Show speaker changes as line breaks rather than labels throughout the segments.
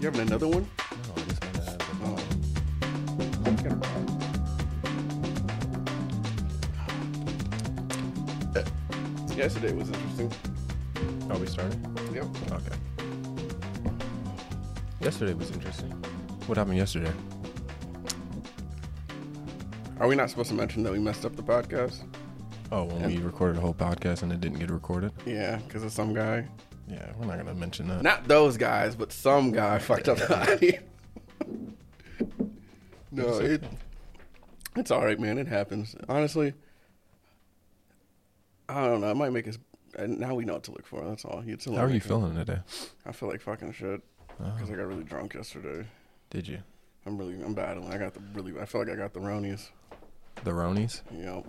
You having another one?
No, I just want to have the
Oh.
bottle.
Yesterday was interesting.
Are we starting?
Yep.
Okay. Yesterday was interesting. What happened yesterday?
Are we not supposed to mention that we messed up the podcast?
Oh, when we recorded a whole podcast and it didn't get recorded?
Yeah, because of some guy.
Yeah, we're not going to mention that.
Not those guys, but some guy fucked up the audio. no, it, it's all right, man. It happens. Honestly, I don't know. It might make us. and Now we know what to look for. That's all. It's a
How are
little-
you Uh-huh. feeling today?
I feel like fucking shit because I got really drunk yesterday.
Did you?
I'm really. I'm battling. I got the really. I feel like I got the ronies.
The Ronies?
You know,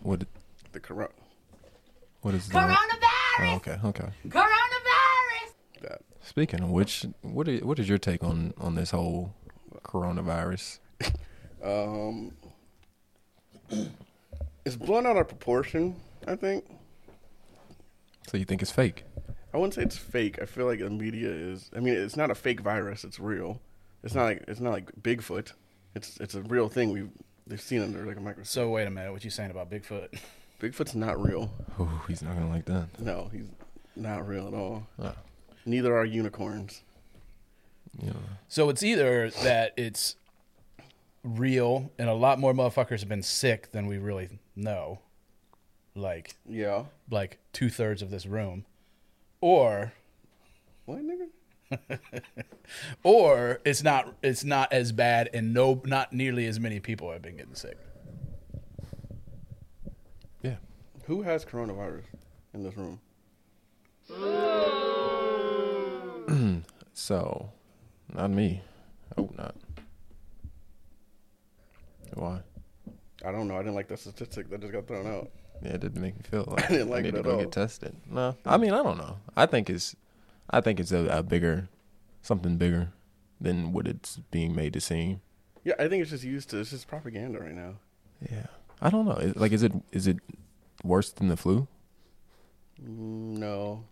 What
the corrupt.
What is the
Coronavirus!
Oh, okay, okay.
Coronavirus!
That
Speaking of which, what is, what is your take on, on this whole coronavirus?
um, it's blown out of proportion. I think.
So you think it's fake?
I wouldn't say it's fake. I feel like the media is. I mean, it's not a fake virus. It's real. It's not like it's not like Bigfoot. It's it's a real thing. We've they've seen under like a microscope.
So wait a minute, what you saying about Bigfoot?
Bigfoot's not real.
Oh, he's not going to like that.
No, he's not real at all.
Oh,
Neither are unicorns.
you know.
So it's either that it's real and a lot more motherfuckers have been sick than we really know, like
Yeah.
like two thirds of this room, or
What nigga?
or it's not it's not as bad and no not nearly as many people have been getting sick.
Yeah.
Who has coronavirus in this room?
So, not me. I hope not. Why?
I don't know. I didn't like that statistic that just got thrown out.
Yeah, it didn't make me feel like I
didn't like
need
it
to
at
go
all.
get tested. No, I mean I don't know. I think it's, I think it's a, a bigger, something bigger than what it's being made to seem.
Yeah, I think it's just used to. It's just propaganda right now.
Yeah, I don't know. It- Like, is it is it worse than the flu?
Mm, No,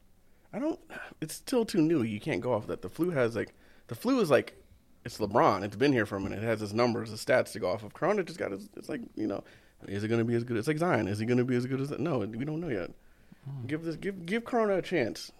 I don't. It's still too new. You can't go off that. The flu has like the flu is like it's LeBron. It's been here for a minute. It has its numbers, its stats to go off of. Corona just got its. It's like you know, is it going to be as good? It's like Zion. Is it going to be as good as that? No, we don't know yet. Give this. Give give Corona a chance.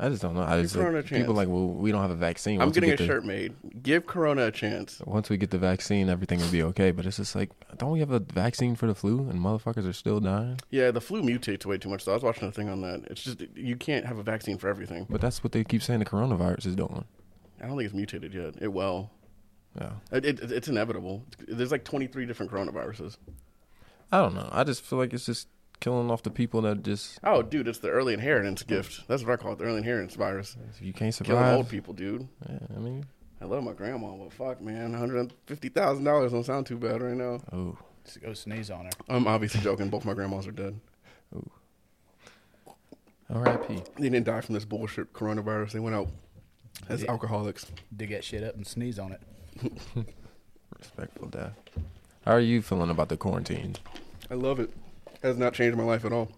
I just don't know. I just
Corona
like, people
chance.
like, well, we don't have a vaccine.
I'm
Once we
getting a
get the-
shirt made. Give Corona a chance.
Once we get the vaccine, everything will be okay. But it's just like, don't we have a vaccine for the flu? And motherfuckers are still dying.
Yeah, the flu mutates way too much. though. I was watching a thing on that. It's just you can't have a vaccine for everything.
But that's what they keep saying the coronavirus is doing.
I don't think it's mutated yet. It will.
Yeah.
It, it, it's inevitable. There's like 23 different coronaviruses.
I don't know. I just feel like it's just killing off the people that just
Oh, dude, it's the early inheritance gift. That's what I call it, the early inheritance virus.
if you can't
Killing
survive.
old people, dude.
Yeah, I mean,
I love my grandma, but fuck, man, one hundred fifty thousand dollars don't sound too bad right now.
oh,
Just go sneeze on her.
I'm obviously joking. Both my grandmas are dead.
R.I.P.
They didn't die from this bullshit coronavirus. They went out as alcoholics.
Dig that shit up and sneeze on it.
Respectful death. How are you feeling about the quarantine?
I love it. Has not changed my life at all.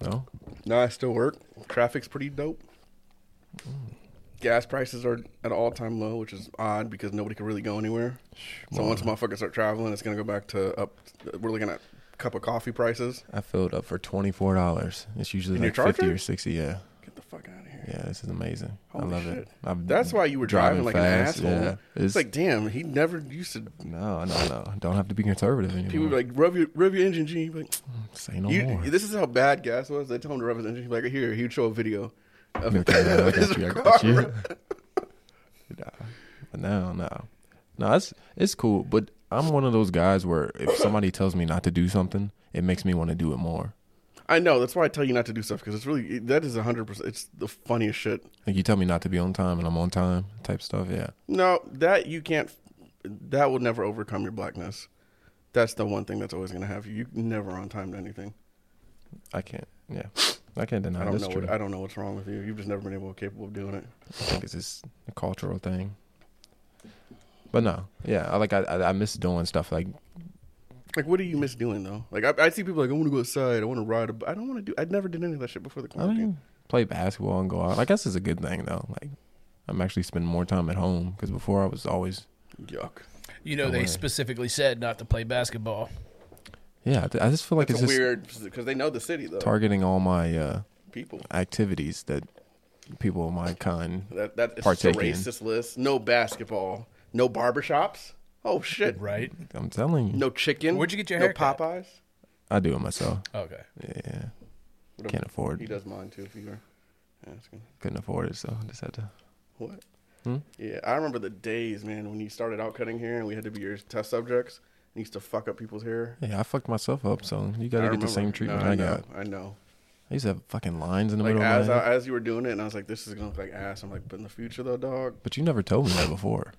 No,
Now I still work. Traffic's pretty dope. Gas prices are at an all time low, which is odd because nobody can really go anywhere. So once motherfuckers start traveling, it's gonna go back to up. We're looking at cup of coffee prices.
I filled up for twenty four dollars. It's usually
In your
like fifty
charger?
or sixty. Yeah,
Get the fuck out of here.
yeah. This is amazing. I
Holy
love
shit.
it. I'm
That's why you were driving, like an asshole.
Yeah,
It's, like, damn, he never used to.
no, no, no. Don't have to be conservative anymore.
People would be like, rub your, rub your engine, G. He'd be Like,
Say no
you,
more.
this is how bad gas was. They told him to rub his engine. He'd be Like, here, he would show a video of
Okay, I
his
got you. I
car.
got you. Nah, but no, no, no. It's it's cool, but I'm one of those guys where if somebody tells me not to do something, it makes me want to do it more.
I know. That's why I tell you not to do stuff because it's really that is hundred percent. It's the funniest shit.
Like you tell me not to be on time, and I'm on time, type stuff. Yeah,
No, that you can't. That will never overcome your blackness. That's the one thing that's always going to have you. You never on time to anything.
I can't. Yeah, I can't deny.
I don't
this
know.
true.
What, I don't know what's wrong with you. You've just never been able capable of doing it.
I think it's just a cultural thing. But no, yeah, I like I I I miss doing stuff like
Like, what do you miss doing though? Like, I, I see people like, I want to go outside. I want to ride. A, b- I don't want to do. I never did any of that shit before the
I
quarantine.
mean play basketball and go out. I guess it's a good thing though. Like I'm actually spending more time at home because before I was always
Yuck.
You know, they
worry.
specifically said not to play basketball.
yeah. I th- I just feel like
It's,
it's just
weird because they know the city though.
targeting all my uh,
people.
activities that people of my kind.
That that it's just a
Partake in.
racist list. No basketball. No barbershops. Oh shit.
Right?
I'm telling you,
No chicken.
Where'd you get your
no
haircut?
Popeyes.
I do it myself.
Okay.
Yeah,
Whatever.
can't afford.
He does mine too. If you were asking.
Couldn't afford it, so I just had to.
What?
Hmm?
Yeah, I remember the days, man, when you started out cutting hair and we had to be your test subjects. And you used to fuck up people's hair.
Yeah, I fucked myself up, so you gotta
I
get
remember.
the same treatment
No,
I,
know,
got.
I know.
I used to have fucking lines in the
Like
middle of
as
my
I,
head.
as you were doing it, and I was like, "This is gonna look like ass." I'm like, "But in the future, though, dog,
But you never told me that before.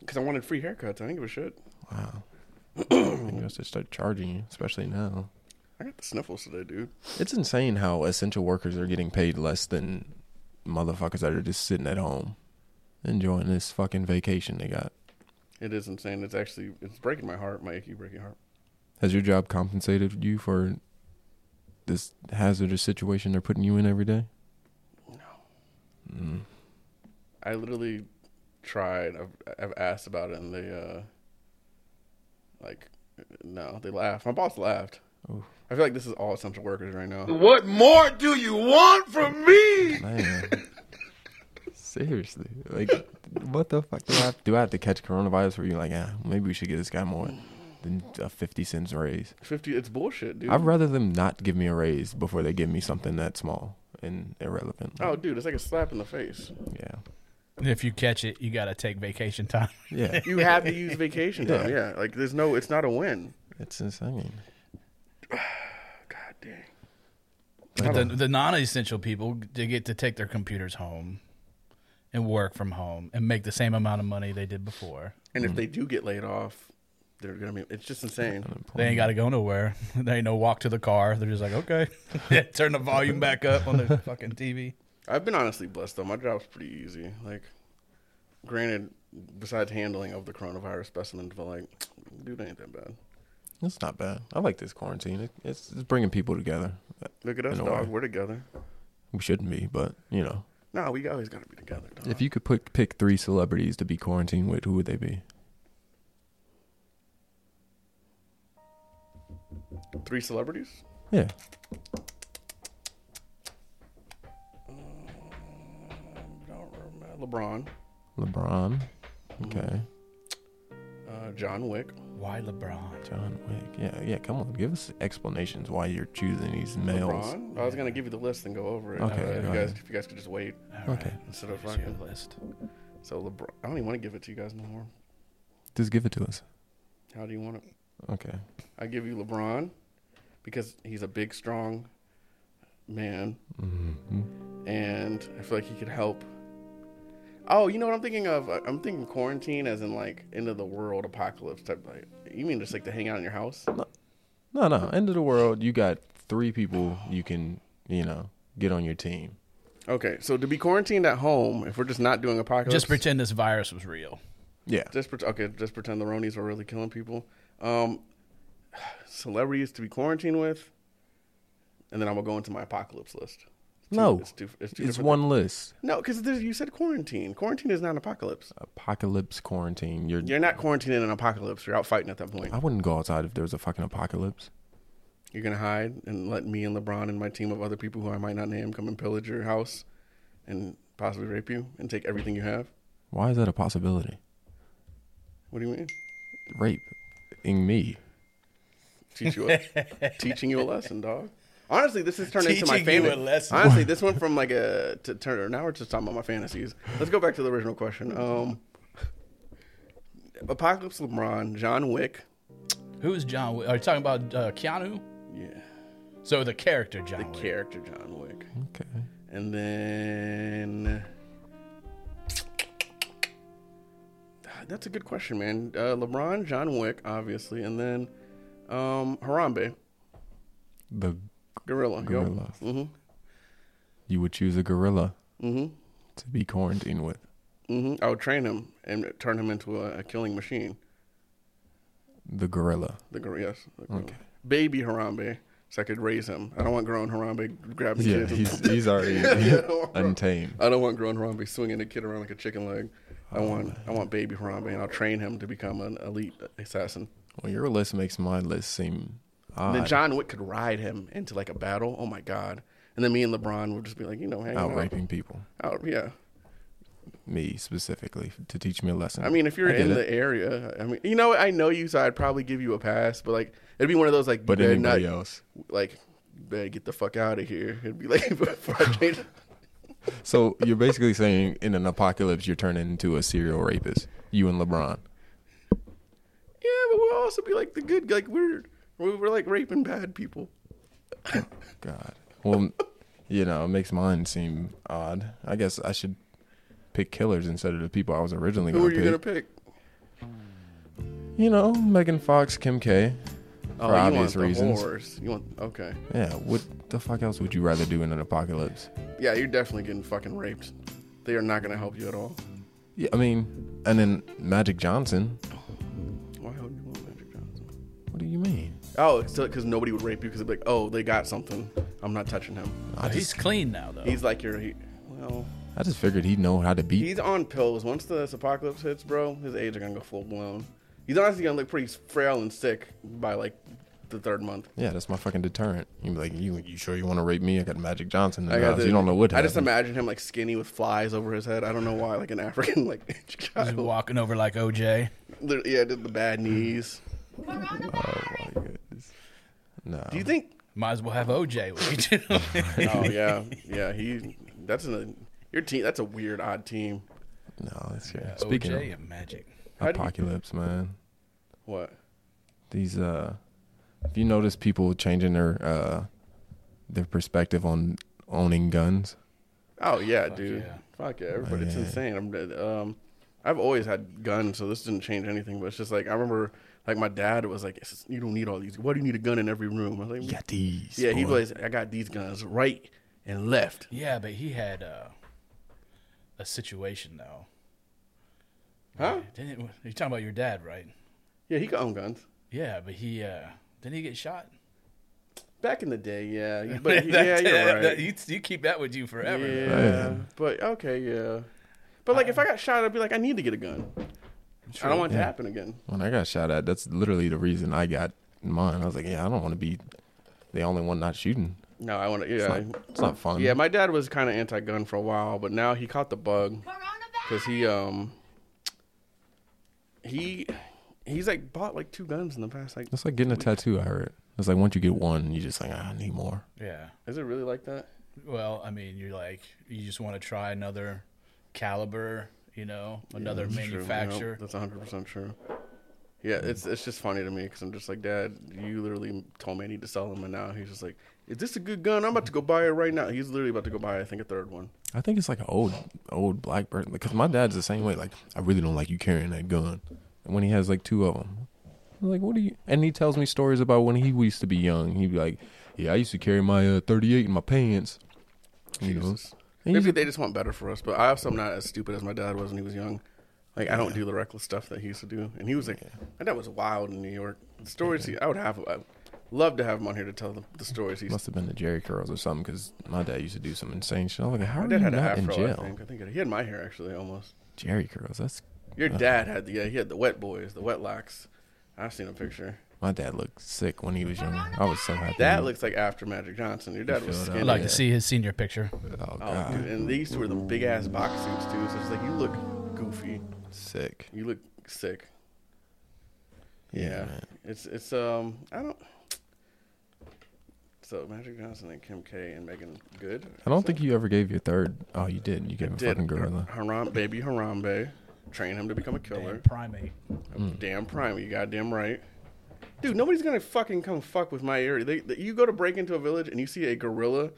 because I wanted free haircuts. I didn't give a shit.
Wow. Maybe I should start charging you, especially now.
I got the sniffles today, dude.
It's insane how essential workers are getting paid less than motherfuckers that are just sitting at home enjoying this fucking vacation they got.
It is insane. It's actually it's breaking my heart, my achy breaking heart.
Has your job compensated you for this hazardous situation they're putting you in every day?
I literally tried. I've, I've asked about it, and they uh, like, no, they laughed. My boss laughed. I feel like this is all essential workers right now.
What more do you want from me?
Man. Seriously. Like what the fuck do I have, do I have to catch coronavirus where you're like, ah, maybe we should give this guy more than a fifty cents raise.
Fifty, it's bullshit, dude.
I'd rather them not give me a raise before they give me something that small and irrelevant.
oh, dude, it's like a slap in the face.
Yeah.
If you catch it, you got to take vacation time.
Yeah.
You have to use vacation time. Yeah, like there's no, it's not a win.
it's insane.
God dang.
But
Oh.
the, the non essential people, they get to take their computers home and work from home and make the same amount of money they did before.
And if they do get laid off, they're gonna be. It's just insane.
They ain't got to go nowhere. There ain't no walk to the car. They're just like, okay, turn the volume back up on their fucking TV.
I've been honestly blessed though. My job's pretty easy. Like, granted, besides handling of the coronavirus specimens, but like, dude, ain't that bad.
It's not bad. I like this quarantine. It, it's, it's bringing people together.
Look at us,
In a
dog.
way.
We're together.
We shouldn't be, but you know,
No, we always gotta be together, dog.
if you could put, pick three celebrities to be quarantined with, who would they be?
Three celebrities.
Yeah.
I don't remember. LeBron,
LeBron. Okay.
uh, John Wick.
Why LeBron?
John Wick. Yeah, yeah. Come on, give us explanations why you're choosing these males.
LeBron. I was gonna give you the list and go over it.
Okay,
but if
go
you guys,
ahead.
if you guys could just wait
Okay.
instead of
Here's
fucking.
your list.
So LeBron, I don't even want to give it to you guys no more.
Just give it to us.
How do you want it?
Okay.
I give you LeBron because he's a big, strong man,
Mm-hmm.
and I feel like he could help. Oh, you know what I'm thinking of? I- I'm thinking quarantine, as in like end of the world apocalypse type. Like, you mean just like to hang out in your house?
No, no. End of the world. You got three people you can, you know, get on your team.
Okay, so to be quarantined at home, if we're just not doing apocalypse,
Just pretend this virus was real.
Yeah.
Just pret okay, just pretend the Ronies were really killing people. Um, celebrities to be quarantined with, and then I'm gonna go into my apocalypse list. It's too-
No.
it's too, it's, too
It's
different
one list.
No, because you said quarantine. Quarantine is not an apocalypse.
Um, Apocalypse quarantine. You're.
You're not quarantined in an apocalypse. You're out fighting at that point.
I wouldn't go outside if there was a fucking apocalypse.
You're gonna hide and let me and LeBron and my team of other people who I might not name come and pillage your house, and possibly rape you and take everything you have.
Why is that a possibility?
What do you mean?
Rape, in me.
Teach you a, teaching you a lesson, dog. Honestly, this has turned into my
Teaching you
fantasy.
a lesson.
Honestly, this went from like a to turn. Now we're just talking about my fantasies. Let's go back to the original question. Um, apocalypse LeBron, John Wick.
Who's John? Wick? Are you talking about uh, Keanu?
Yeah,
So the character John.
the
Wick.
character John Wick.
Okay.
And then that's a good question, man. Uh, LeBron, John Wick, obviously, and then um, Harambe,
The
Gorilla.
gorilla.
Mm-hmm.
You would choose a gorilla
Mm-hmm.
to be quarantined with.
Mm-hmm. I would train him and turn him into a, a killing machine.
The gorilla.
The gorilla, yes. The gorilla.
Okay.
Baby Harambe. so I could raise him. I don't want grown Harambe grabbing
Yeah,
kids.
he's he's already
Yeah, I don't want-
untamed.
I don't want grown Harambe swinging a kid around like a chicken leg. I
Oh,
want I want baby Harambe, and I'll train him to become an elite assassin.
Well, your list makes my list seem
And
odd.
then John Wick could ride him into like a battle. Oh my god! And then me and LeBron would just be like, you know, hanging
out
out.
raping people,
Out, yeah.
me specifically, to teach me a lesson.
I mean, if you're
I get
in
it.
the area, I mean, you know, I know you, so I'd probably give you a pass. But like, it'd be one of those like,
but
you better
anybody
not-
else.
like, you better get the fuck out of here. It'd be like before I change.
So you're basically saying in an apocalypse, you're turning into a serial rapist. You and LeBron.
Yeah, but we'll also be like the good, like we're we're, we're like raping bad people.
God. Well, you know, it makes mine seem odd. I guess I should pick killers instead of the people I was originally
Who are
going to
you
pick.
gonna pick?
You know, Megan Fox, Kim K.
Oh,
For obvious
you want
reasons.
The whores. You want okay?
Yeah, what the fuck else would you rather do in an apocalypse?
Yeah, you're definitely getting fucking raped. They are not gonna help you at all.
Yeah, I mean, and then Magic Johnson.
Why would you want Magic Johnson?
What do you mean?
Oh, it's because nobody would rape you because they'd be like, oh, they got something. I'm not touching him.
I
He's
just,
clean now, though.
He's like your, he, well,
I just figured he'd know how to beat.
he's on pills. Once this apocalypse hits, bro, his age are gonna go full blown. He's honestly gonna look pretty frail and sick by like the third month.
Yeah, that's my fucking deterrent. You'd be like, you, you sure you want to rape me? I got Magic Johnson. In
I
the
got
house.
the-
You don't know what.
I just
happened.
imagine him like skinny with flies over his head. I don't know why, like an African like
He's
child.
walking over like OJ.
Literally, Yeah, did the bad knees.
Coronavirus!
My goodness. No.
Do you think
Might as well have OJ with you too.
Oh yeah, yeah. He that's an your team. That's a weird, odd team.
no, that's good. Speaking
OJ and Magic.
of
How do you-
apocalypse, man.
What?
These uh if you notice people changing their uh their perspective on owning guns.
Oh yeah, dude.
yeah.
Fuck yeah, everybody. It's
yeah.
insane. I'm dead. Um, I've always had guns, so this didn't change anything. But it's just like I remember, like my dad was like, "It's- "You don't need all these. Why do you need a gun in every room?" I was like,
Got these.
"Yeah." He
boy.
was. I got these guns right and left.
Yeah, but he had uh, a situation though.
Huh?
Didn't you're talking about your dad, right?
Yeah, he could own guns.
Yeah, but he uh, didn't he get shot?
Back in the day, yeah. But
That-
yeah, you're
that-
right.
that- you, you keep that with you forever.
yeah,
Man.
but okay, yeah. But like, if I got shot, I'd be like, I need to get a gun. I don't want it to happen again.
When I got shot at, that's literally the reason I got mine. I was like, Yeah, I don't want to be the only one not shooting.
No, I want to. Yeah,
It's, not, it's not fun.
Yeah, my dad was kind of anti-gun for a while, but now he caught the bug because
Coronavirus!
he um he he's like bought like two guns in the past. Like,
it's like getting a tattoo, I heard. It's like once you get one, you just like, ah, I need more.
Yeah.
is it really like that?
Well, I mean, you're like you just want to try another caliber, you know, another
That's true.
manufacturer.
Nope, that's one hundred percent true. Yeah, it's it's just funny to me because I'm just like, Dad, you literally told me I need to sell them, and now he's just like, Is this a good gun? I'm about to go buy it right now. He's literally about to go buy, I think, a third one.
I think it's like an old old black person because my dad's the same way. Like I really don't like you carrying that gun, and when he has like two of them, I'm like what do you? And he tells me stories about when he used to be young. He'd be like, "Yeah, I used to carry my uh, 38 in my pants." You know,
Jesus.
And
Maybe
he's-
they just want better for us, but I also am not as stupid as my dad was when he was young. Like I don't do the reckless stuff that he used to do, and he was like, my dad was wild in New York. The stories he, I would have, I would love to have him on here to tell the, the stories he.
must have been the Jerry curls or something because my dad used to do some insane shit. I'm like, how
My
are
dad
you
had an
not in
afro, I
jail?
think. I think he had my hair actually almost.
Jerry curls. That's
Your
Uh-huh.
dad had the yeah, he had the wet boys, the wet locks. I've seen a picture.
my dad looked sick when he was young. I was so happy.
That looks like after Magic Johnson. Your dad was
filled out.
skinny.
I'd like
Yeah.
to see his senior picture.
oh
oh,
god,
dude, and these were the big ass box suits too. So it's like you look goofy.
sick.
You look sick.
Yeah,
Yeah,
man.
it's it's um I don't. So Magic Johnson and Kim K and Megan Good.
I don't think you ever gave your third. Oh, you did. You gave a fucking gorilla.
Haram baby Harambe, train him to become a killer.
Damn primate.
Damn, prime, you goddamn right. Dude, nobody's gonna fucking come fuck with my area. They, they, you go to break into a village and you see a gorilla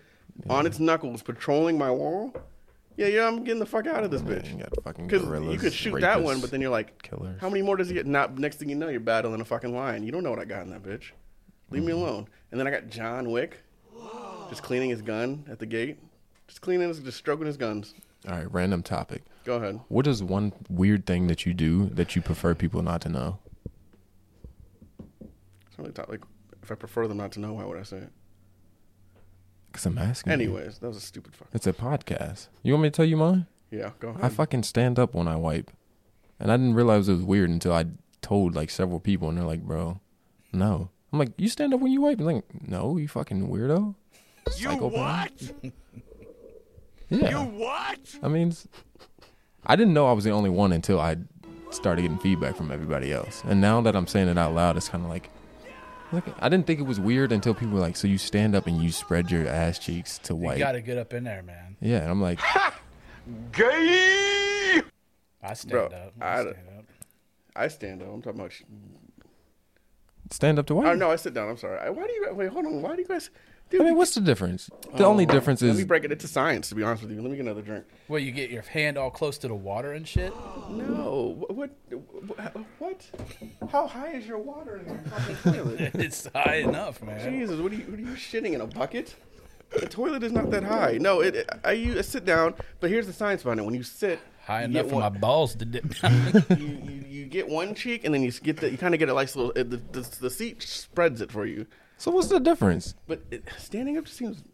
on its knuckles patrolling my wall. Yeah, yeah, I'm getting the fuck out of this bitch.
You got fucking
Because
gorillas.
you could shoot that one,
rapists.
but then you're like,
killers.
how many more does he get? Not next thing you know, you're battling a fucking lion. You don't know what I got in that bitch. Leave
Mm-hmm.
me alone. And then I got John Wick, just cleaning his gun at the gate, just cleaning his, just stroking his guns.
All right, random topic.
Go ahead.
What is one weird thing that you do that you prefer people not to know?
It's really tough. Like, if I prefer them not to know, why would I say it?
Mm-hmm. Because I'm asking. you.
Anyways, that was a stupid fuck.
It's a podcast. You want me to tell you mine?
Yeah, go ahead.
I fucking stand up when I wipe. And I didn't realize it was weird until I told like several people and they're like, bro, no. I'm like, you stand up when you wipe? And like, no, you fucking weirdo.
You
Psychopath.
what?
Yeah.
You what?
I mean, it's- I didn't know I was the only one until I started getting feedback from everybody else. And now that I'm saying it out loud, it's kind of like, look, I didn't think it was weird until people were like, so you stand up and you spread your ass cheeks to
You
wipe.
got to get up in there, man.
Yeah, and I'm like,
Gay.
I stand
Bro,
up. I,
I-
stand up.
I stand up. I'm talking about. Sh-
stand up to wipe.
oh no, I sit down. I'm sorry. I, why do you? Wait, hold on. Why do you guys? Dude,
I mean, what's the difference? The only
um,
difference
let me
is
break it into science. To be honest with you, let me get another drink.
Well, you get your hand all close to the water and shit.
No, wh- what, what, what? How high is your water in your fucking toilet?
It's high enough, man.
Jesus, what are you? What are you shitting in a bucket? The toilet is not that high. No, it. I, you sit down, but here's the science behind it. When you sit,
High
you
enough
get
for my
one,
balls to dip.
you, you, you get one cheek, and then you get the, you kind of get it like so uh, the, the the seat spreads it for you.
so. What's the difference?
But it, standing up just seems. weird.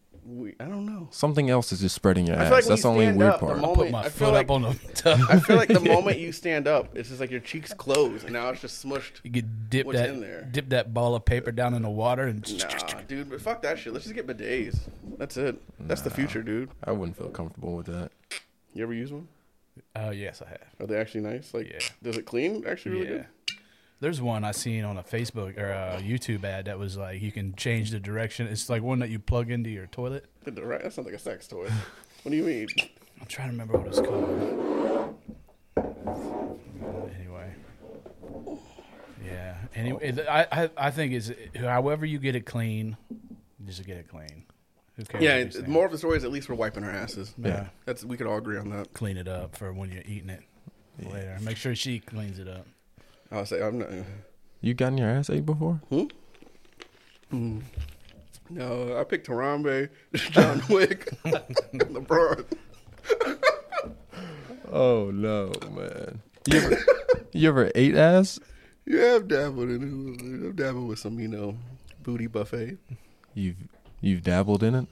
I don't know.
Something else is just spreading your
I
ass.
feel like when
That's
you
the only
stand
weird
up, the
part.
moment-
Put my
I feel
foot
like-
up on the tub.
I feel like the moment you stand up, it's just like your cheeks close, and now it's just smushed.
You could dip
What's
that
in there?
dip that ball of paper down in the water and
Nah, dude, but fuck that shit. Let's just get bidets. That's it. That's the future, dude.
I wouldn't feel comfortable with that.
You ever use one?
Oh yes, I have.
Are they actually nice? Like,
Yeah.
does it clean actually really
Yeah.
good?
There's one I seen on a Facebook or a YouTube ad that was like you can change the direction. It's like one that you plug into your toilet.
Did the right? That sounds like a sex toy. what do you mean?
I'm trying to remember what it's called. Anyway. Yeah. Anyway, I, I I think is however you get it clean, just get it clean. Who cares?
Yeah,
what you
it-
stand?
more of the story is at least we're wiping our asses.
Yeah.
That's we could all agree on that.
clean it up for when you're eating it later. Make sure she cleans it up.
I'll say I'm not. hmm?
You gotten your ass ate before?
No, I picked Harambe, John Wick, LeBron.
Oh no, man. You ever, you ever ate ass?
Yeah, I'm dabbling in it. I'm dabbling with some, you know, booty buffet.
You've you've dabbled in it?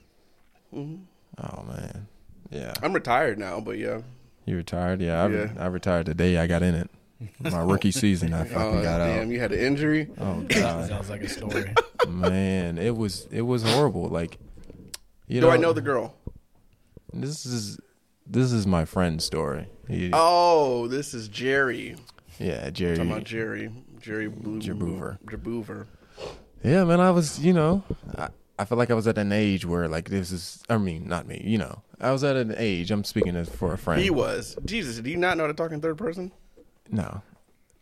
Mm-hmm.
Oh man. Yeah.
I'm retired now, but yeah,
You retired? Yeah, I, re-
Yeah.
I retired the day I got in it. My rookie season, I fucking
Oh,
got
damn, you had an injury.
out. Oh god,
Sounds like a story.
man, it was it was horrible. Like, you
Do I know the girl?
This is this is my friend's story. He-
Oh, this is Jerry.
yeah, Jerry.
Talking about Jerry, Jerry Blue,
Jerbover.
Jerbover.
Yeah, man, I was, you know, I, I feel like I was at an age where like this is, I mean, not me, you know, I was at an age. I'm speaking as for a friend.
He was Jesus. Do you not know to talk in third person?
no,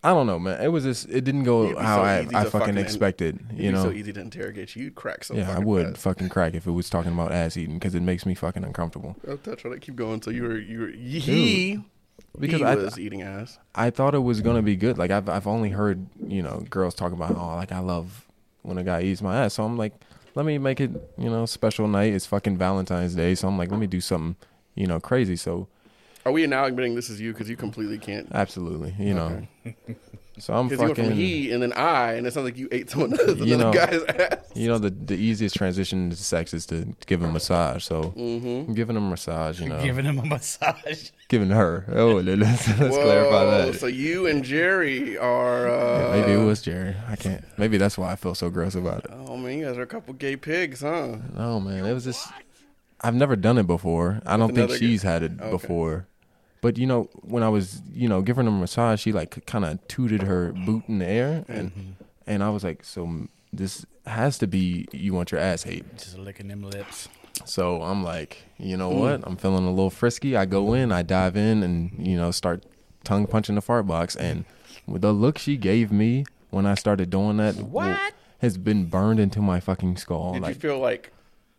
I don't know, man. It was just, it didn't go
It'd be
how
so
I,
easy
I
to
fucking,
fucking-
expected.
It'd
You
be
know,
so easy to interrogate you. You'd crack so.
yeah, I
fucking
would
fast.
fucking crack if it was talking about ass eating because it makes me fucking uncomfortable.
I'll touch on it. Keep going. So you were you were he
Because
he
I-
was eating ass.
I thought it was gonna be good. Like I've I've only heard you know girls talk about oh like I love when a guy eats my ass. So I'm like, let me make it you know special night. It's fucking Valentine's Day, so I'm like, let me do something you know crazy. So
Are we now admitting this is you because you completely can't?
absolutely, you know. so I'm
Because you went from
fucking you,
he and then I, and it sounds like you ate someone else, another
You know-
guy's ass.
know the the easiest transition to sex is to give him a massage. So
Mm-hmm.
I'm giving him a massage, you know, giving,
Giving him a massage.
her. Oh, let's, let's clarify
Whoa,
that.
So you and Jerry are. Uh,
Maybe it was Jerry. I can't. Maybe that's why I feel so gross about it.
Oh man, you guys are a couple gay pigs, huh?
No man, it was just I've never done it before. I don't think
another
she's had it
Okay.
before. But you know, when I was you know giving her a massage, she like kind of tooted her boot in the air, and
Mm-hmm.
and I was like, so this has to be you want your ass hate.
Just licking them lips.
So I'm like, you know
Mm.
what? I'm feeling a little frisky. I go in, I dive in, and you know start tongue punching the fart box. And with the look she gave me when I started doing that, what has been burned into my fucking skull.
Did
like,
you feel like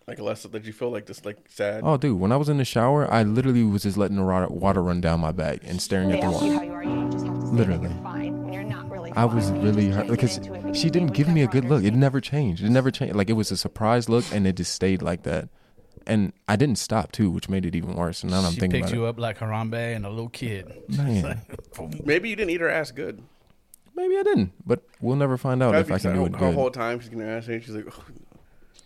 like less? Did you feel like this like sad?
Oh, dude, when I was in the shower, I literally was just letting the ro- water run down my back and staring at
They
the
ask you
water.
how you are, you just have to say
Literally.
that you're fine when you're not really
I was
fine. You
really
just
hurt
can't get
because
into it because
she didn't
people
give me a
never
good look. It
understand.
never changed. It never changed. Like it was a surprise look, and it just stayed like that. And I didn't stop too, which made it even worse. And now that I'm
she
thinking
picked
about
you
it.
up like Harambe and a little kid.
Man,
Maybe you didn't eat her ass good.
maybe I didn't, but we'll never find out if I can do
her
it
her whole
good.
time she's gonna ask me, she's like,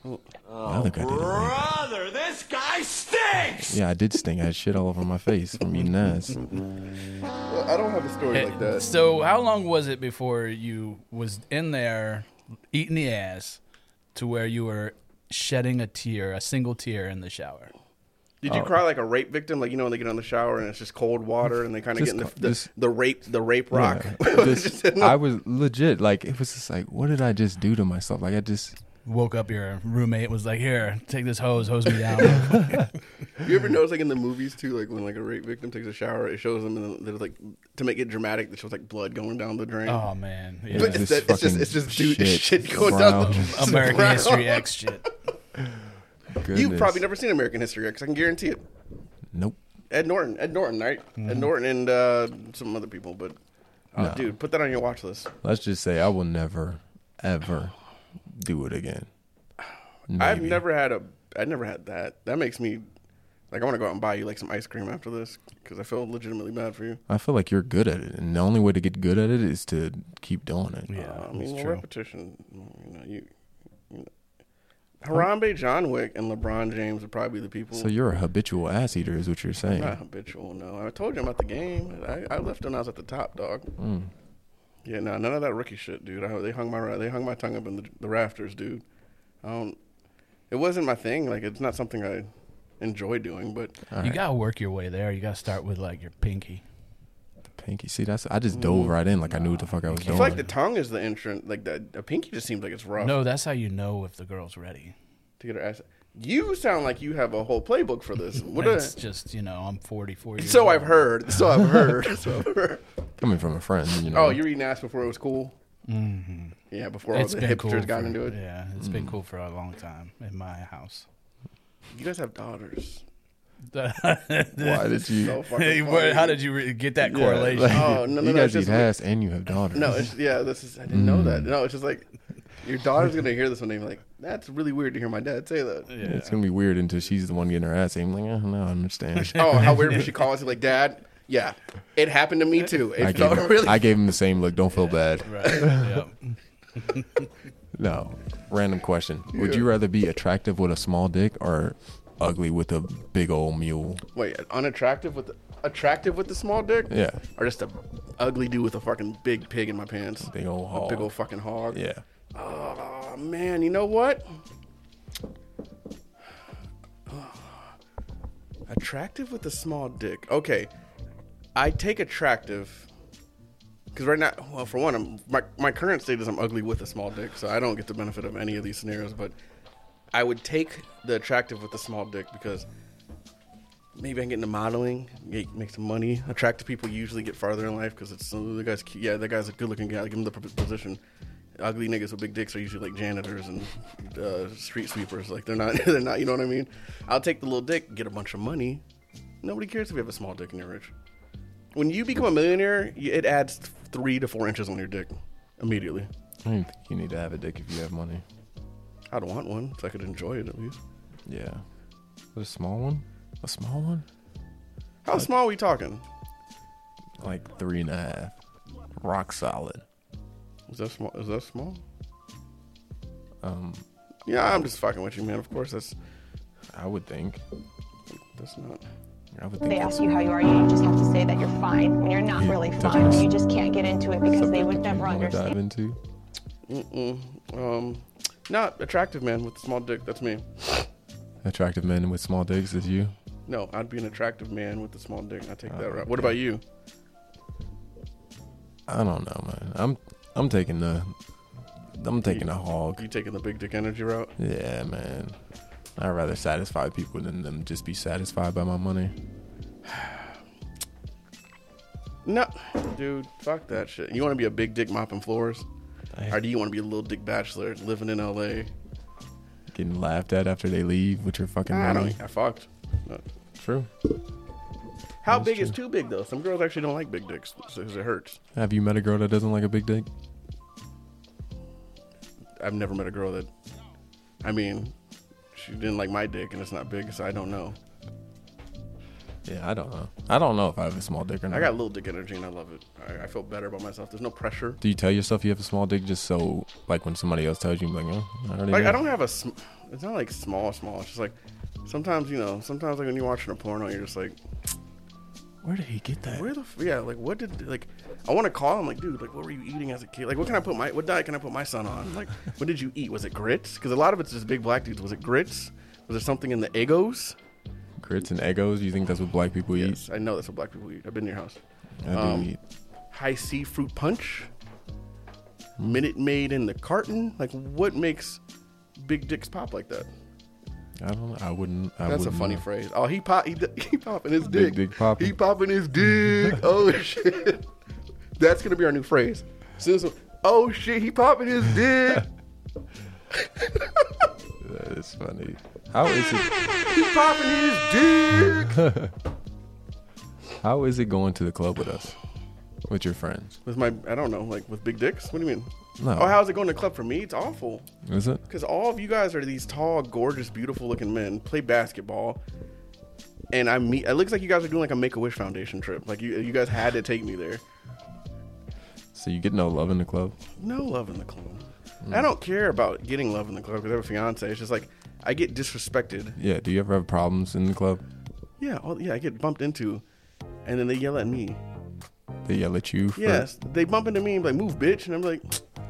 oh,
I think I did it later.
Brother, this guy stinks!
Yeah, I did sting. I had shit all over my face from eating ass.
Well, I don't have a story like that.
So how long was it before you was in there eating the ass to where you were shedding a tear, a single tear in the shower?
Did
Oh.
you cry like a rape victim? Like you know when they get in the shower and it's just cold water and they kind of
Just
get in the,
co-
the,
just-
the rape the rape rock.
Yeah, just- I was legit like it was just like what did I just do to myself? Like I just
Woke up your roommate was like, "Here, take this hose, hose me down."
you ever notice like in the movies too, like when like a rape victim takes a shower, it shows them and there's like to make it dramatic, it shows like blood going down the drain.
oh man, Yeah.
But
This
it's, that, it's just
fucking
it's just dude
shit.
shit, going down.
Brown.
The,
American
brown.
History X shit.
You've
goodness.
probably never seen American History X. I can guarantee it.
nope.
Ed Norton, Ed Norton, right?
Mm-hmm.
Ed Norton and uh, some other people, but uh,
Uh-huh.
dude, put that on your watch list.
Let's just say I will never ever do it again.
I've
Maybe.
never had a. I never had that. That makes me like I want to go out and buy you like some ice cream after this because I feel legitimately bad for you.
I feel like you're good at it, and the only way to get good at it is to keep doing it.
Yeah,
I
that's
mean, Um, well,
true.
repetition. You know, you. you know. Harambe, John Wick, and LeBron James would probably be the people.
So you're a habitual ass eater, is what you're saying.
not habitual. oh, No, I told you I'm at the game. I, I left when I was at the top, dog.
Mm.
Yeah, no, none of that rookie shit, dude. I, they hung my ra- they hung my tongue up in the, the rafters, dude. I don't. It wasn't my thing. Like it's not something I enjoy doing, but
You gotta work your way there. You gotta start with like your pinky.
Pinky, see, that's I just dove right in like I knew what the fuck I was
I
doing.
feel like the tongue is the entrance. Like that, a pinky just seems like it's rough
No, that's how you know if the girl's ready.
to get her ass. You sound like you have a whole playbook for this. What a,
It's just you know I'm 44 years.
so
old.
I've heard. So I've heard. so I've heard.
Coming from a friend, you know.
Oh, you're eating ass before it was cool. Mm-hmm. Yeah, before all
It's
the
been
hipsters
cool.
got
for-
into it.
Yeah, it's been cool for a long time in my house.
You guys have daughters.
why did you?
So fucking
Hey,
funny.
where- how did you re- get that
Yeah,
correlation?
like,
Oh, no, no,
you
no,
guys
it's
eat
just-
ass and you have daughters.
No, it's, yeah, this is. I didn't know that.
Hmm.
No, it's just like your daughter's gonna hear this one and be like, "That's really weird to hear my dad say that."
It's gonna be weird until she's the one getting her ass. I'm like, oh, no, I understand.
Oh, how weird when she calls you like, "Dad, yeah, it happened to me too." It
I gave,
felt
him,
really.
I gave him the same look. Don't feel bad.
Right. yep.
No. Random question. Would you rather be attractive with a small dick or ugly with a big old mule?
Wait, unattractive with the, attractive with the small dick?
Yeah.
Or just a ugly dude with a fucking big pig in my pants?
Big old
A big
hog.
old fucking hog.
Yeah.
Oh man, you know what? Attractive with a small dick. Okay, I take attractive because right now, well, for one, I'm, my my current state is I'm ugly with a small dick, so I don't get the benefit of any of these scenarios. But I would take the attractive with the small dick because maybe I can get into modeling, make, make some money. Attractive people usually get farther in life because it's oh, the guy's cute. Yeah, that guy's a good looking guy. Give him the p- position. Ugly niggas with big dicks are usually like janitors and uh, street sweepers. Like they're not, they're not. You know what I mean? I'll take the little dick, get a bunch of money. Nobody cares if you have a small dick and you're rich. When you become a millionaire, y- it adds three to four inches on your dick immediately.
I don't even think you need to have a dick if you have money.
I'd want one so I could enjoy it at least.
Yeah. But a small one? A small one?
How small are we talking?
Like three and a half. Rock solid.
Is that small? Is that small?
Um,
Yeah, I'm just fucking with you, man. Of course, that's
I would think.
that's not.
I would
They
think.
ask you how you are, you just have to say that you're fine when you're not
Yeah,
really
that's
fine.
nice.
You just can't get into it because they would
something
never
you wanna
understand.
Dive into.
Mm-mm. Um, not attractive man with a small dick. That's me.
Attractive men with small dicks is you.
No, I'd be an attractive man with a small dick. I take
Uh,
that route. What about you?
I don't know, man. I'm I'm taking the I'm taking a hog.
You taking the big dick energy route?
Yeah, man. I'd rather satisfy people than them just be satisfied by my money.
No, dude. Fuck that shit. You want to be a big dick mopping floors,
I-
or do you want to be a little dick bachelor living in L.A.?
Getting laughed at after they leave with your fucking
I
money.
don't. I fucked. No.
True.
How big is too big though? Some girls actually don't like big dicks because it hurts.
Have you met a girl that doesn't like a big dick?
I've never met a girl that. I mean, she didn't like my dick, and it's not big, so I don't know.
Yeah, I don't know. I don't know if I have a small dick or not.
I got little dick energy, and I love it. I, I feel better about myself. There's no pressure.
Do you tell yourself you have a small dick just so, like, when somebody else tells you, like, oh, I already
Like
got
I
it."
don't have a. Sm- it's not like small, small. It's just like sometimes you know, sometimes like when you're watching a porno, you're just like,
Where did he get that?
where the f- yeah, like what did like I want to call him like, dude, like what were you eating as a kid? Like what can I put my what diet can I put my son on? Like what did you eat? Was it grits? Because a lot of it's just big black dudes. Was it grits? Was there something in the egos?
Grits and egos. You think that's what black people eat?
Yes, I know that's what black people eat. I've been to your house.
I do
Um,
eat.
High C fruit punch, Minute Maid in the carton. Like what makes big dicks pop like that?
I don't. know. I wouldn't. I
That's a
wouldn't
funny
know.
phrase. Oh, he pop, he, d- he popping his dick.
Big dick popping.
He popping his dick. oh shit, that's gonna be our new phrase. Since oh shit, he popping his dick.
That is funny. How is it?
he popping his dick.
How is it going to the club with us? With your friends?
With my, I don't know, like with big dicks. What do you mean?
No.
Oh, how's it going to club for me? It's awful.
Is it?
Because all of you guys are these tall, gorgeous, beautiful-looking men. Play basketball. And I meet. It looks like you guys are doing like a Make a Wish Foundation trip. Like you, you guys had to take me there.
So you get no love in the club?
no love in the club. I don't care about getting love in the club because I have a fiance. It's just like I get disrespected.
Yeah. Do you ever have problems in the club?
Yeah, all, yeah, I get bumped into, and then they yell at me.
They yell at you? For,
Yes, they bump into me and be like, "Move, bitch," and I'm like,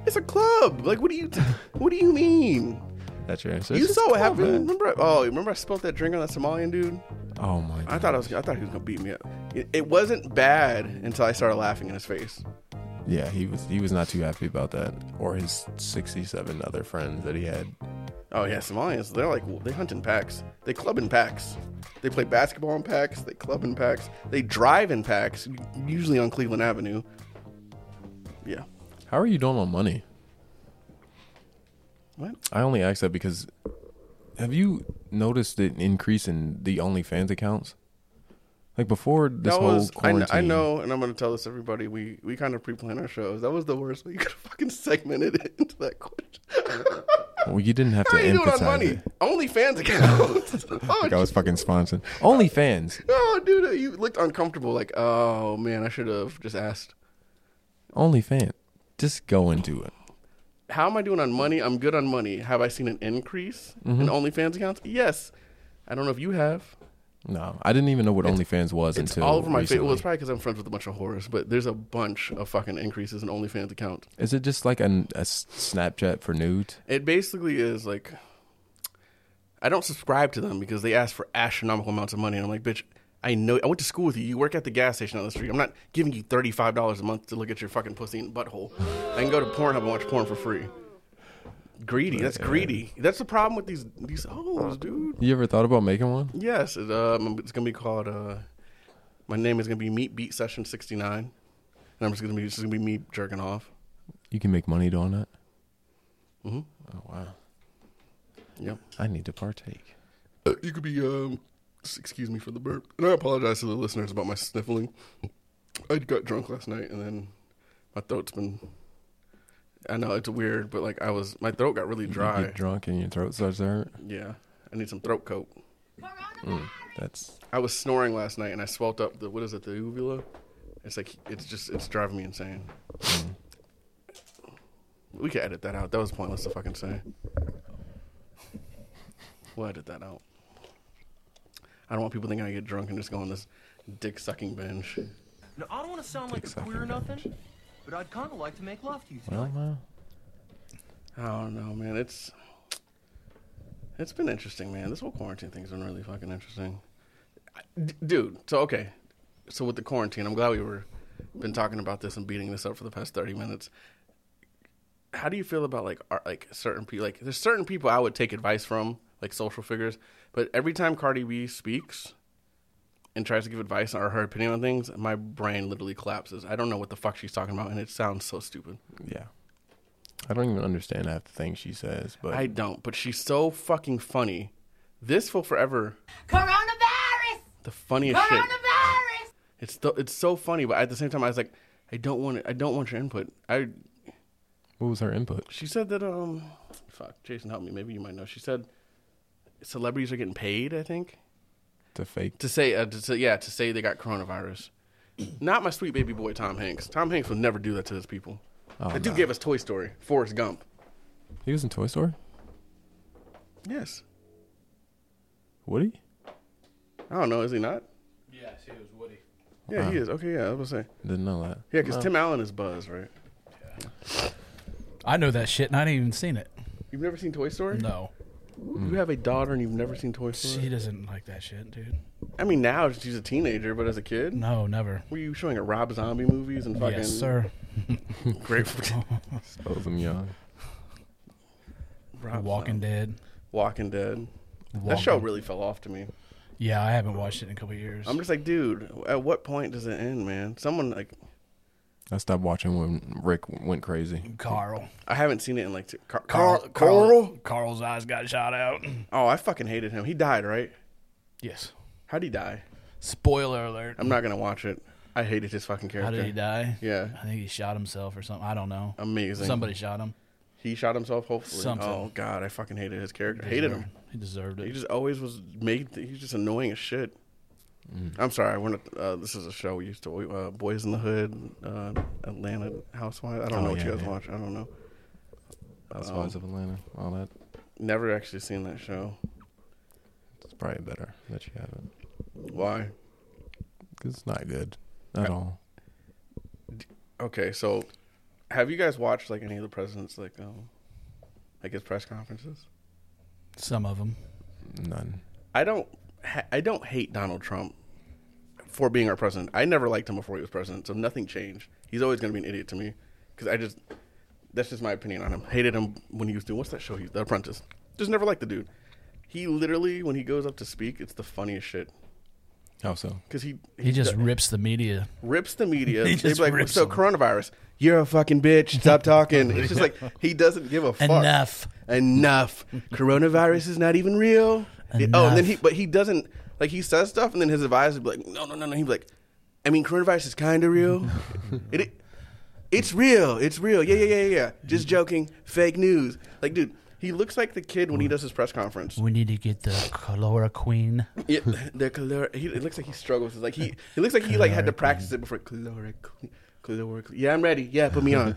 "It's a club. Like, what do you, what do you mean?
That's your answer.
you
It's
saw
a
what
club,
happened?
man.
Remember? Oh, remember I spilled that drink on that Somalian dude?
Oh my god.
I thought I was, I thought he was gonna beat me up. It, it wasn't bad until I started laughing in his face.
Yeah, he was. He was not too happy about that, or his sixty-seven other friends that he had.
Oh yeah, Somalians. They're like they hunt in packs. They club in packs. They play basketball in packs. They club in packs. They drive in packs. Usually on Cleveland Avenue. Yeah.
How are you doing on money?
What?
I only ask that because have you noticed an increase in the OnlyFans accounts? Like before this
that
whole
was. I, kn-
quarantine.
I know, and I'm gonna tell this to everybody. We we kind of pre-plan our shows. That was the worst. way You could have fucking segmented it into that question.
Well, you didn't have
How
to
you doing
emphasize
on money?
it.
Only fans accounts. oh,
Like I was fucking sponsored. OnlyFans.
oh, dude, you looked uncomfortable. Like, oh man, I should have just asked.
OnlyFans. Just go and do it.
how am I doing on money? I'm good on money. Have I seen an increase
Mm-hmm.
in OnlyFans accounts? Yes. I don't know if you have.
No, I didn't even know what OnlyFans was
It's
until
all over my face.
recently.
Well, it's probably because I'm friends with a bunch of whores, but there's a bunch of fucking increases in OnlyFans accounts.
Is it just like an, a s- Snapchat for nudes?
It basically is like, I don't subscribe to them because they ask for astronomical amounts of money, and I'm like, bitch, I know. I went to school with you. You work at the gas station on the street. I'm not giving you thirty five dollars a month to look at your fucking pussy and butthole. I can go to Pornhub and watch porn for free. Greedy. That's greedy. That's the problem with these these hoes, dude.
You ever thought about making one?
Yes, it, um, it's gonna be called. Uh, my name is gonna be Meat Beat Session sixty nine, and I'm just gonna be it's just gonna be me jerking off.
You can make money doing that. Mm-hmm. Oh wow!
Yep.
I need to partake.
Uh, you could be. Um, s- excuse me for the burp, and I apologize to the listeners about my sniffling. I got drunk last night, and then my throat's been. I know it's weird, but like I was, my throat got really
You
dry.
get drunk and your throat starts to hurt.
Yeah, I need some throat coat.
Mm. That's
I was snoring last night, and I swelled up the what is it, the uvula? It's like it's just it's driving me insane. we could edit that out. That was pointless to fucking say. We'll edit that out. I don't want people thinking I get drunk and just go on this dick sucking binge.
Now, I don't want to sound like a
Exactly
queer or
that.
nothing, but I'd kind of like to make love to you
Well,
tonight.
well,
I don't know, man. It's it's been interesting, man. This whole quarantine thing's been really fucking interesting, I- d- dude. So okay, so with the quarantine, I'm glad we were been talking about this and beating this up for the past thirty minutes. How do you feel about like ar- like certain people? Like there's certain people I would take advice from, like social figures. But every time Cardi B speaks and tries to give advice or her opinion on things, my brain literally collapses. I don't know what the fuck she's talking about, and it sounds so stupid.
yeah. I don't even understand half the things she says, but
I don't, but she's so fucking funny. This will forever
Coronavirus!
the funniest shit.
Coronavirus!
It's th- it's so funny, but at the same time, I was like, I don't want it. I don't want your input. I
what was her input?
she said that um, fuck, Jason, help me. Maybe you might know. She said celebrities are getting paid. I think
To fake?
to say uh, to say, yeah to say they got coronavirus. Not my sweet baby boy Tom Hanks. Tom Hanks would never do that to his people.
Oh,
that dude gave us Toy Story, Forrest Gump.
He was in Toy Story.
Yes.
Woody?
I don't know. Is he not?
Yes, he was Woody.
Yeah, he
Wow.
is. Okay, yeah, I was gonna say.
Didn't know that.
Yeah, because Tim Allen is Buzz, right?
I know that shit, and I ain't even seen it.
You've never seen Toy Story?
No,
You have a daughter and you've never seen Toy Story?
she doesn't like that shit, dude.
I mean, now she's a teenager, but as a kid,
No, never.
were you showing her Rob Zombie movies and fucking
Yes, sir.
Grateful
Suppose I'm young.
Rob
Walking
Zombie.
Dead.
Walking Dead. That
Walking-
show really fell off to me.
Yeah, I haven't watched it in a couple of years.
I'm just like, dude, at what point does it end, man? Someone like
I stopped watching when Rick went crazy.
Carl.
I haven't seen it in like two, Car- Carl.
Carl's eyes got shot out.
Oh, I fucking hated him. He died, right?
Yes.
How'd he die?
Spoiler alert.
I'm not gonna watch it. I hated his fucking character.
How did he die?
Yeah.
I think he shot himself or something. I don't know.
Amazing.
Somebody shot him.
He shot himself. Hopefully.
Something.
Oh god, I fucking hated his character. Hated him.
He deserved
He
it.
just always was made. He's just annoying as shit.
Mm.
I'm sorry. We're not, uh, this is a show we used to. Uh, Boys in the Hood, uh, Atlanta Housewives. I don't
Oh,
know what
yeah,
you guys
yeah.
watch. I don't know. Oh.
Housewives of Atlanta, all that.
Never actually seen that show.
It's probably better that you haven't.
Why?
'Cause it's not good at all.
Okay, so have you guys watched like any of the presidents like um, like his press conferences?
Some of them.
None.
I don't ha- I don't hate Donald Trump for being our president. I never liked him before he was president, so nothing changed. He's always going to be an idiot to me because I just that's just my opinion on him. Hated him when he was doing what's that show? He's The Apprentice. Just never liked the dude. He literally when he goes up to speak, it's the funniest shit
How so?
because he,
He just rips the media.
rips the media.
He
They'd be
just
like,
rips
so
them.
coronavirus, you're a fucking bitch. Stop talking. It's just like he doesn't give a fuck.
Enough.
Enough. coronavirus is not even real. It- oh, and then
Enough.
he, but he doesn't like he says stuff, and then his advisor be like, no, no, no, no. He'd be like, I mean, coronavirus is kind of real. it, it, it's real. It's real. Yeah, yeah, yeah, yeah, yeah. Just joking. Fake news. Like, dude. He looks like the kid when he does his press conference.
We need to get the chloroquine.
Yeah, the caloric. He, it looks like he struggles. It's like he. It looks like he like had to practice it before. Caloric, caloric. Yeah, I'm ready. Yeah, put me on,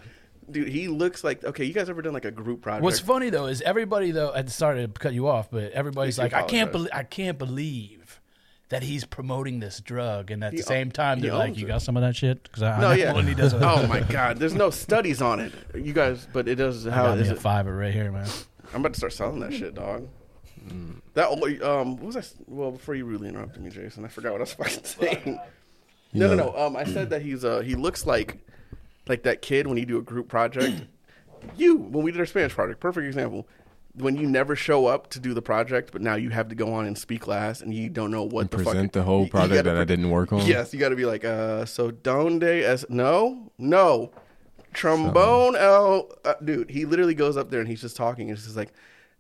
dude. He looks like okay. You guys ever done like a group project?
What's funny though is everybody though. I started to cut you off, but everybody's
Please
like,
do
I can't
apologize.
believe, I can't believe that he's promoting this drug, and at
He
the same
own-
time
he
they're like,
owns
you
it.
got some of that shit? Because I,
no,
I
yeah.
know he doesn't.
oh my god, there's no studies on it. You guys, but it does. How
Got me
is
a
it?
fiver right here, man.
I'm about to start selling that shit, dog.
Mm.
That old, um, what was I? s- Well, before you really interrupted me, Jason, I forgot what I was fucking saying. No, no, no. Um, I said that he's uh, he looks like like that kid when you do a group project. you when we did our Spanish project, perfect example. When you never show up to do the project, but now you have to go on and speak last, and you don't know what
And
the fuck,
present the whole
you- you
project
gotta
that I didn't work on?
Yes, you got to be like, uh, so donde as no, no, trombone. Oh, uh, dude, he literally goes up there and he's just talking. and It's just like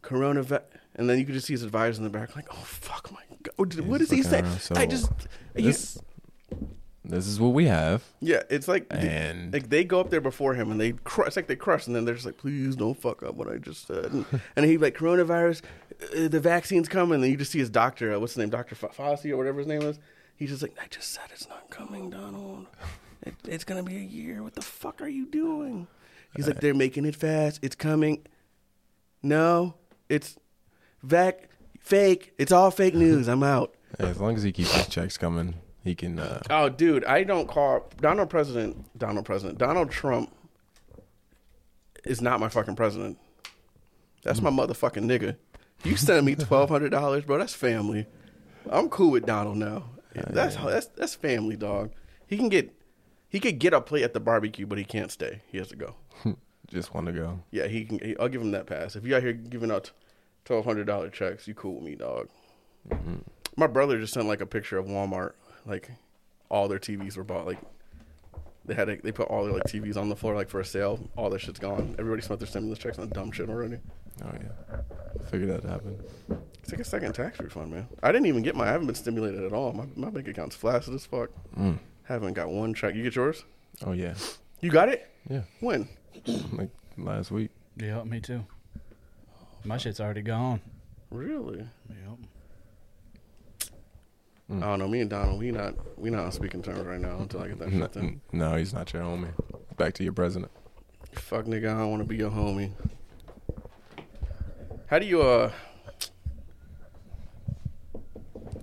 coronavirus, and then you can just see his advisors in the back, like, oh fuck my god, what did- what is
He's
he
looking
saying?
around,
I
so
just, you-
This, this is what we have.
yeah, it's like
And-
like they go up there before him and they crush. It's like they crush, and then they're just like, "Please don't fuck up what I just said." And, and he like coronavirus, uh, the vaccine's coming. And then you just see his doctor, uh, what's his name, Doctor F- Fossey or whatever his name is. He's just like, "I just said it's not coming, Donald. It, it's gonna be a year. What the fuck are you doing?" He's like, "They're making it fast. It's coming." No, it's vac fake. It's all fake news. I'm out.
As long as he keeps his checks coming, he can. Uh,
Oh, dude, I don't call Donald President Donald President. Donald Trump is not my fucking president. That's my motherfucking nigga. You send me twelve hundred dollars, bro. That's family. I'm cool with Donald now. That's that's that's family, dog. He can get he could get a plate at the barbecue, but he can't stay. He has to go.
just want to go.
Yeah, he can. He, I'll give him that pass. If you out here giving out twelve hundred dollar checks, you cool with me, dog. My brother just sent like a picture of Walmart. Like all their TVs were bought. Like they had a, they put all their like TVs on the floor like for a sale. All their shit's gone. Everybody spent their stimulus checks on dumb shit already.
Oh yeah, figured that'd happen.
It's like a second tax refund, man. I didn't even get my. I haven't been stimulated at all. My my bank account's flaccid as fuck. Haven't got one check. You get yours?
Oh yeah,
You got it?
yeah.
When?
Like last week.
Yeah, me too. My shit's already gone.
Really?
Yep.
I don't know. Me and Donald, we not we not on speaking terms right now until I get that
No,
shit done.
no, he's not your homie. Back to your president.
Fuck nigga, I don't want to be your homie. How do you uh?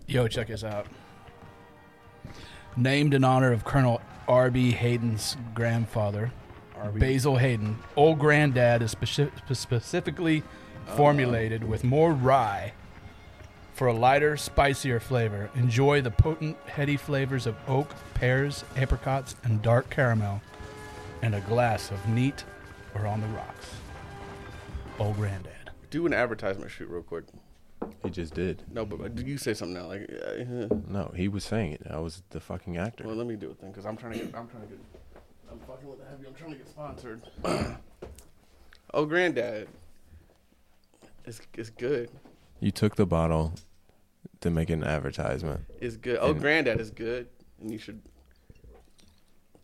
Yo, check this out. Named in honor of Colonel R.B. Hayden's grandfather, Basil Hayden, Old Granddad is speci- specifically formulated with more rye for a lighter, spicier flavor. Enjoy the potent, heady flavors of oak, pears, apricots, and dark caramel, and a glass of neat or on the rocks. Old Granddad.
Do an advertisement shoot real quick.
He just did.
No, but but you say something now. Like, uh, uh,
No, he was saying it. I was the fucking actor.
well, let me do it then, because I'm trying to get. I'm trying to get. I'm fucking with the heavy. I'm trying to get sponsored. oh, granddad, it's it's good.
You took the bottle to make an advertisement.
It's good. Oh, granddad is good, and you should.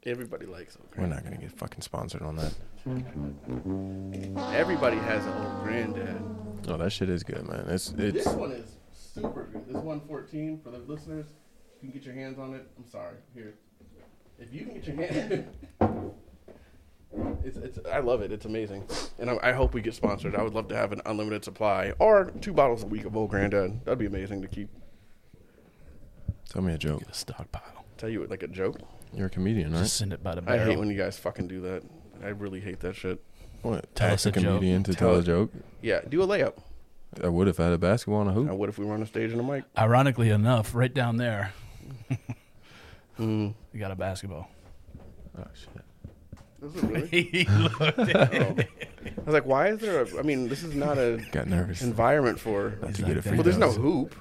Everybody likes old
We're
granddad.
not gonna get fucking sponsored on that.
Everybody has an old granddad.
Oh, that shit is good, man. It's it's
This one is super good. This 114 for the listeners. If you can get your hands on it, I'm sorry. Here, if you can get your hands, it's, it's I love it. It's amazing, and I, I hope we get sponsored. I would love to have an unlimited supply or two bottles a week of Old Grandad. That'd be amazing to keep.
tell me a joke.
Get a stockpile.
Tell you like a joke.
You're a comedian, right?
Just send it by the
I
barrel.
hate when you guys fucking do that. I really hate that shit.
What?
Tell
ask
us a joke.
comedian to
Tell
tell a
it.
joke.
Yeah, do a layup.
I would if I had a basketball and a
Now,
hoop.
what if we were on a stage and a mic?
Ironically enough, right down there, you got a basketball.
Oh shit.
This is really-
He looked at it.
I was like, why is there? a... I mean, this is not a
Got nervous.
environment for
About
He's
to
not
get a
that
free
Well, there's no
dunk.
hoop.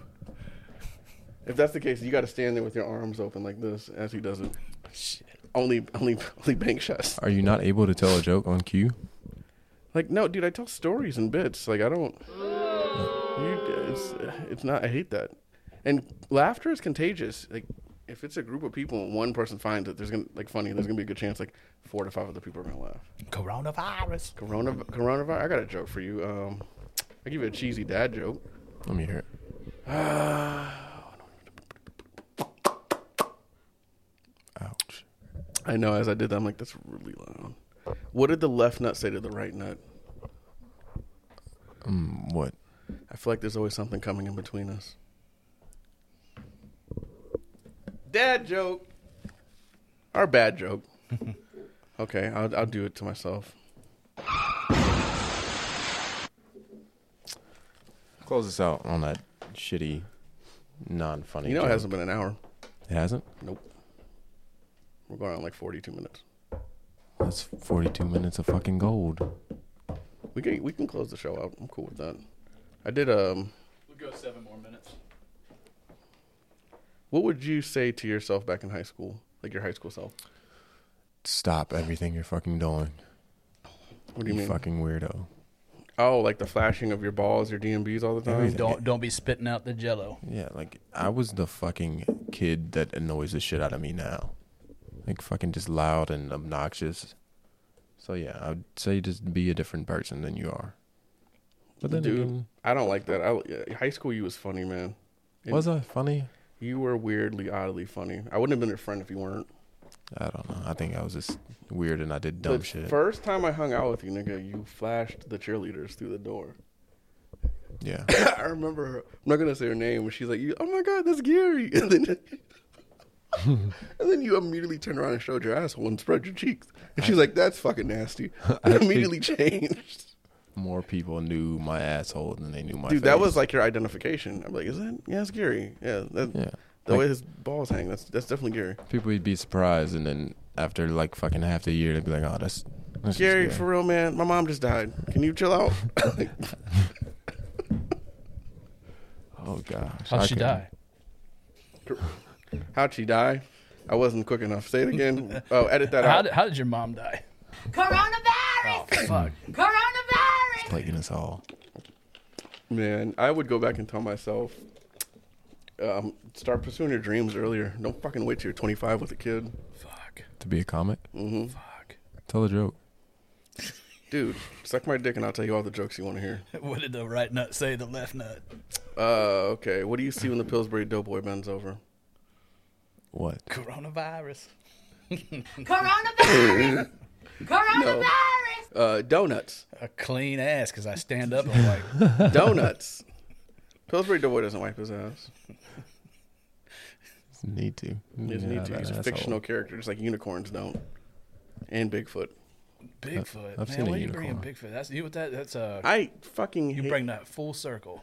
If that's the case, you got to stand there with your arms open like this as he does it. Only, only, only bank shots.
Are you not able to tell a joke on cue?
Like, no, dude, I tell stories and bits. Like, I don't. You, it's, it's not. I hate that. And laughter is contagious. Like, if it's a group of people and one person finds it, there's gonna like funny. There's gonna be a good chance like four to five other people are gonna laugh.
Coronavirus.
Corona, coronavirus. I got a joke for you. Um, I give you a cheesy dad joke.
Let me hear it. Ouch.
I know. As I did that, I'm like, that's really loud. What did the left nut say to the right nut?
What?
I feel like there's always something coming in between us. Dad joke. Or bad joke. okay, I'll, I'll do it to myself.
Close this out on that shitty, non-funny.
You know, it
joke.
hasn't been an hour.
It hasn't.
Nope. We're going on like 42 minutes.
That's 42 minutes of fucking gold.
We can we can close the show out. I'm cool with that. I did um.
We'll go seven more minutes.
What would you say to yourself back in high school, like your high school self?
Stop everything you're fucking doing.
What do
You,
you mean?
fucking weirdo.
Oh, like the flashing of your balls, your DMBs all the time.
Everything.
Don't don't be spitting out the jello.
Yeah, like I was the fucking kid that annoys the shit out of me now. Like fucking just loud and obnoxious. So yeah, I'd say just be a different person than you are. But then
Dude,
again,
I don't like that. I, high school, you was funny, man. And
was I funny?
You were weirdly, oddly funny. I wouldn't have been your friend if you weren't.
I don't know. I think I was just weird and I did dumb
the
shit.
first time I hung out with you, nigga, you flashed the cheerleaders through the door.
yeah.
I remember her. I'm not gonna say her name, but she's like, "You, oh my god, that's Gary!" And then, and then you immediately turned around and showed your asshole and spread your cheeks. And she's like, "That's fucking nasty." And immediately changed.
More people knew my asshole than they knew my
Dude, that
face.
was like your identification. I'm like, "Is that? Yeah, that's Gary. Yeah, that,
Yeah.
The
Like-
way his balls hang, that's that's definitely Gary.
people would be surprised and then after like fucking half the year they'd be like, Oh, that's, that's just
Gary,
Gary.
for real, man. My mom just died. Can you chill out?
Oh gosh.
How'd
I
she
couldn't-
die?
How'd she die? I wasn't quick enough. Say it again. Oh, edit that
How
out.
did, how did your mom die?
Coronavirus!
Fuck.
Coronavirus!
Plaguing us all.
Man, I would go back and tell myself, um, start pursuing your dreams earlier. Don't fucking wait till you're 25 with a kid, Mm-hmm.
Fuck.
To be a comic?
Fuck.
Tell a joke.
dude. Suck my dick and I'll tell you all the jokes you want to hear.
What did the right nut say? to The left nut.
Uh, okay. What do you see when the Pillsbury Doughboy bends over?
What?
Coronavirus.
Coronavirus! Coronavirus!
Uh, donuts.
A clean ass because I stand up. I'm like,
Donuts. Pillsbury Doughboy doesn't wipe his ass.
Need to.
Just
Yeah,
need to.
that
It's
asshole.
fictional characters like unicorns don't, and Bigfoot.
Bigfoot.
I've
man,
seen a
why you bringing
unicorn.
Bigfoot? That's you with that. That's uh,
I fucking
you
hate-
bring that full circle.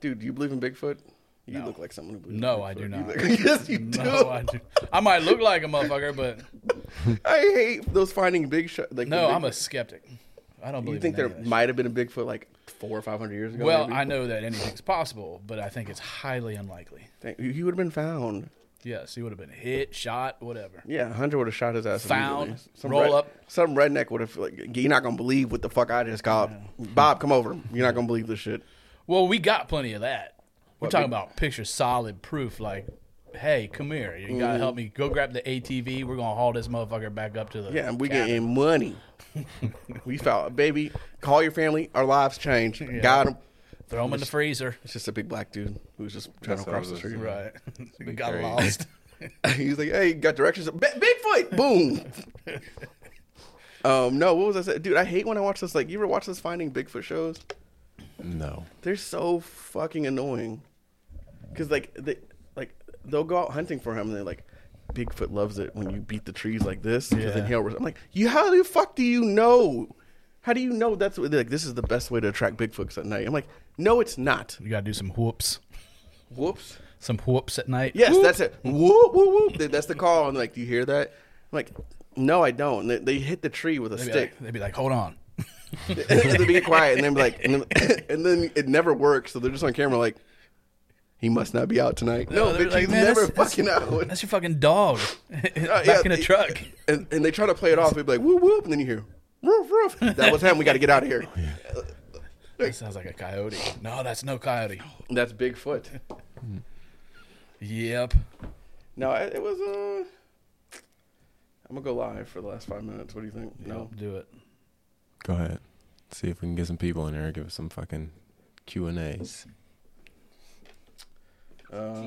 dude. Do you believe in Bigfoot? You
No.
look like someone who believes.
No,
in Bigfoot.
I do
You
not.
look- yes, you do.
No, I do. I might look like a motherfucker, but
I hate those finding big shot. Like
no,
the
I'm a
big-
skeptic. I don't believe.
You think
in
there
any of that
might have been a Bigfoot like four or five hundred years
shit.
ago?
Well,
maybe?
I know that anything's possible, but I think it's highly unlikely.
Thank- He would have been found.
Yes, he would have been hit, shot, whatever.
Yeah, Hunter would have shot his ass.
Found,
immediately. Some
roll
red-
up.
Some redneck would have like, you're not gonna believe what the fuck I just called. Bob, come over. You're not gonna believe this shit.
Well, we got plenty of that. We're
What,
talking
big-
about picture solid proof. Like, hey, come here. You
Mm-hmm.
gotta help me. Go grab the ATV. We're gonna haul this motherfucker back up to the.
Yeah, and we
cabin.
getting money. we found baby. Call your family. Our lives changed. Got him.
Throw him in the freezer.
It's just a big black dude who's just trying
That's
to
what I
cross the
was-
street.
Right. got
crazy.
lost.
He's like, hey, you got directions? Bi- Bigfoot! Boom! um, no, what was I saying? Dude, I hate when I watch this. Like, you ever watch this Finding Bigfoot shows?
No.
They're so fucking annoying. Because, like, they, like, they'll go out hunting for him and they're like, Bigfoot loves it when you beat the trees like this. 'cause then
Yeah.
he'll res-" I'm like, you, how the fuck do you know? How do you know that's what, they're like, this is the best way to attract Bigfoots at night? I'm like, no, it's not.
You gotta do some whoops.
Whoops.
Some whoops at night.
Yes,
Whoop.
that's it. Whoop, whoop, whoop. Th- That's the call. I'm like, do you hear that? I'm like, no, I don't. And They, they hit the tree with a
They'd be,
stick.
like, they'd be like, hold on.
they be quiet, and then be like, and then, and then it never works. So they're just on camera, like, he must not be out tonight. No,
they'd be
bitch,
like,
he's
"Man,
never
that's-
fucking out.
That's your fucking dog. Back
Uh, yeah,
in a
it-
truck.
And, and they try to play it off. They'd be like, whoop, whoop, and then you hear, woof, woof. That was him. We got to get out of here.
Oh, That sounds like a coyote. No, that's no coyote.
That's Bigfoot.
Yep.
No, it, it was. Uh, I'm gonna go live for the last five minutes. What do you think? No,
Do it.
Go ahead. See if we can get some people in here. Give us some fucking Q and A's. Uh,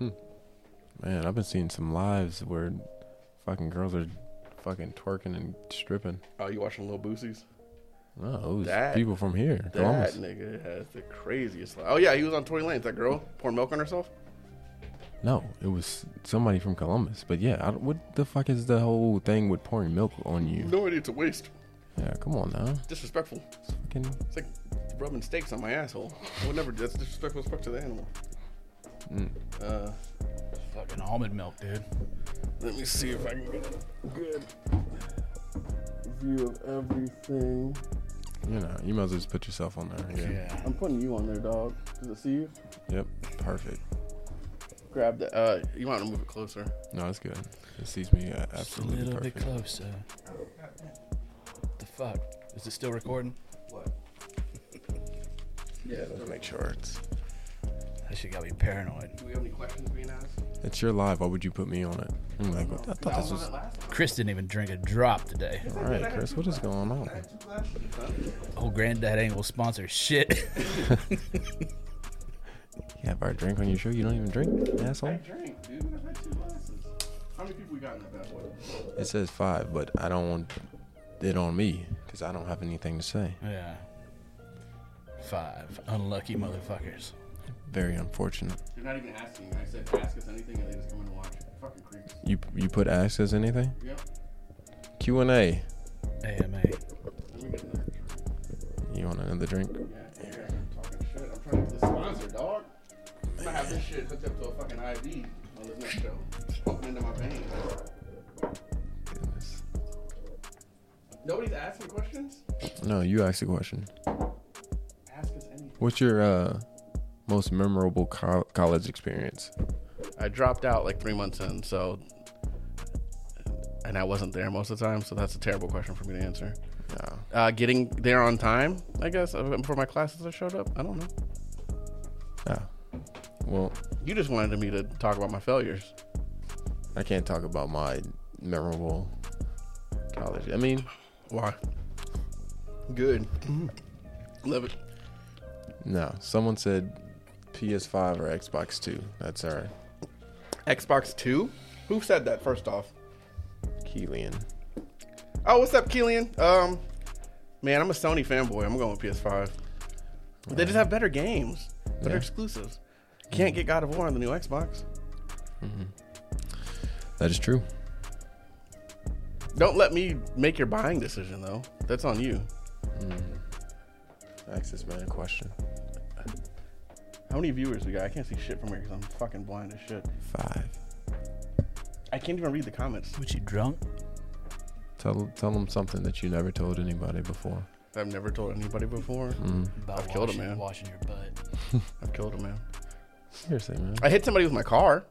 Man, I've been seeing some lives where fucking girls are fucking twerking and stripping.
oh, you watching Lil Boosie's?
No, it was
That-
people from here,
That
Columbus.
nigga has the craziest life. Oh yeah, he was on Tory Lanez. That girl pouring milk on herself.
No, it was somebody from Columbus. But yeah, I don't, what the fuck is the whole thing with pouring milk on you?
No idea, it's a waste.
Yeah, come on now.
Disrespectful.
Fucking,
It's like rubbing steaks on my asshole. I would never. do- That's disrespectful as fuck to the animal. Uh,
Fucking almond milk, dude.
let me see if I can get a good view of everything.
you know, you might as well just put yourself on there. Yeah.
Yeah.
I'm putting you on there, dog. Does it see you?
Yep. Perfect.
Grab that. Uh, you want to move it closer?
No, that's good. It sees me uh,
A
absolutely
little
perfect.
bit closer. The fuck? Is it still recording?
Yeah.
Make sure it's.
That shit got me paranoid.
Do we have any questions being asked?
It's your live. Why would you put me on it? I'm like, what, I thought this
Oh,
was.
Chris didn't even drink a drop today.
All right, Chris, what is going on?
Old granddad ain't gonna sponsor shit.
You have our drink on your show. You don't even drink, asshole.
Drink, dude. I had two glasses. How many people we got in that bad boy?
It says five, but I don't want it on me because I don't have anything to say.
yeah. Five unlucky motherfuckers.
Very unfortunate.
They're not even asking. I said, ask us anything, and they just come in and watch. Fucking creeps.
You you put ask as anything?
Yep.
Q and A.
AMA.
Let me get another drink.
You want another drink?
Yeah, I think I'm talking shit. I'm trying to get the sponsor, dog. I'm gonna have this shit hooked up to a fucking IV on this next show. It's pumping into my veins.
Goodness.
Nobody's asking questions?
No, you asked a question.
Ask us anything.
What's your uh, most memorable col- college experience?
I dropped out like three months in, so. And I wasn't there most of the time, so that's a terrible question for me to answer.
No.
Uh, getting there on time, I guess, uh, before my classes I showed up. I don't know.
No. Well,
You just wanted me to talk about my failures.
I can't talk about my memorable college. I mean,
Why? Good. Love it.
no. Someone said PS5 or Xbox 2. That's our
Xbox Two. Who said that? First off.
Keelian.
Oh, what's up, Keelan? Um, man, I'm a Sony fanboy. I'm going with PS5. They just have better games, better
Yeah.
exclusives. Can't get God of War on the new Xbox.
That is true.
Don't let me make your buying decision though. That's on you.
Access man question.
How many viewers we got? I can't see shit from here because I'm fucking blind as shit.
Five.
I can't even read the comments.
What you drunk?
Tell tell them something that you never told anybody before. Mm-hmm.
I've never told anybody before.
About
I've killed a
washing-
man.
Washing your butt.
I've killed a man.
Seriously, man.
I hit somebody with my car.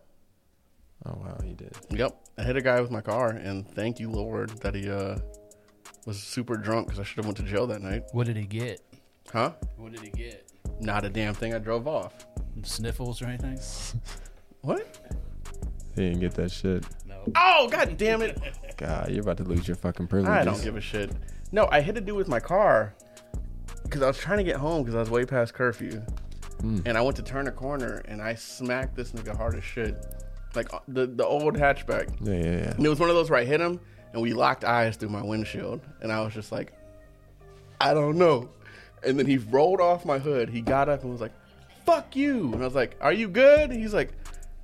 Oh wow, you did.
Yep, I hit a guy with my car, and thank you, Lord, that he uh was super drunk because I should have went to jail that night.
What did he get?
Huh?
What did he get?
Not a damn thing. I drove off.
Sniffles or anything?
What?
He didn't get that shit.
Oh god damn it!
God, you're about to lose your fucking privileges.
I don't give a shit. No, I hit a dude with my car because I was trying to get home because I was way past curfew, and I went to turn a corner and I smacked this nigga hard as shit, like uh, the the old hatchback.
Yeah, yeah,
And
yeah.
it was one of those where I hit him and we locked eyes through my windshield. And I was just like, I don't know. And then he rolled off my hood. He got up and was like, fuck you. And I was like, are you good? And he's like,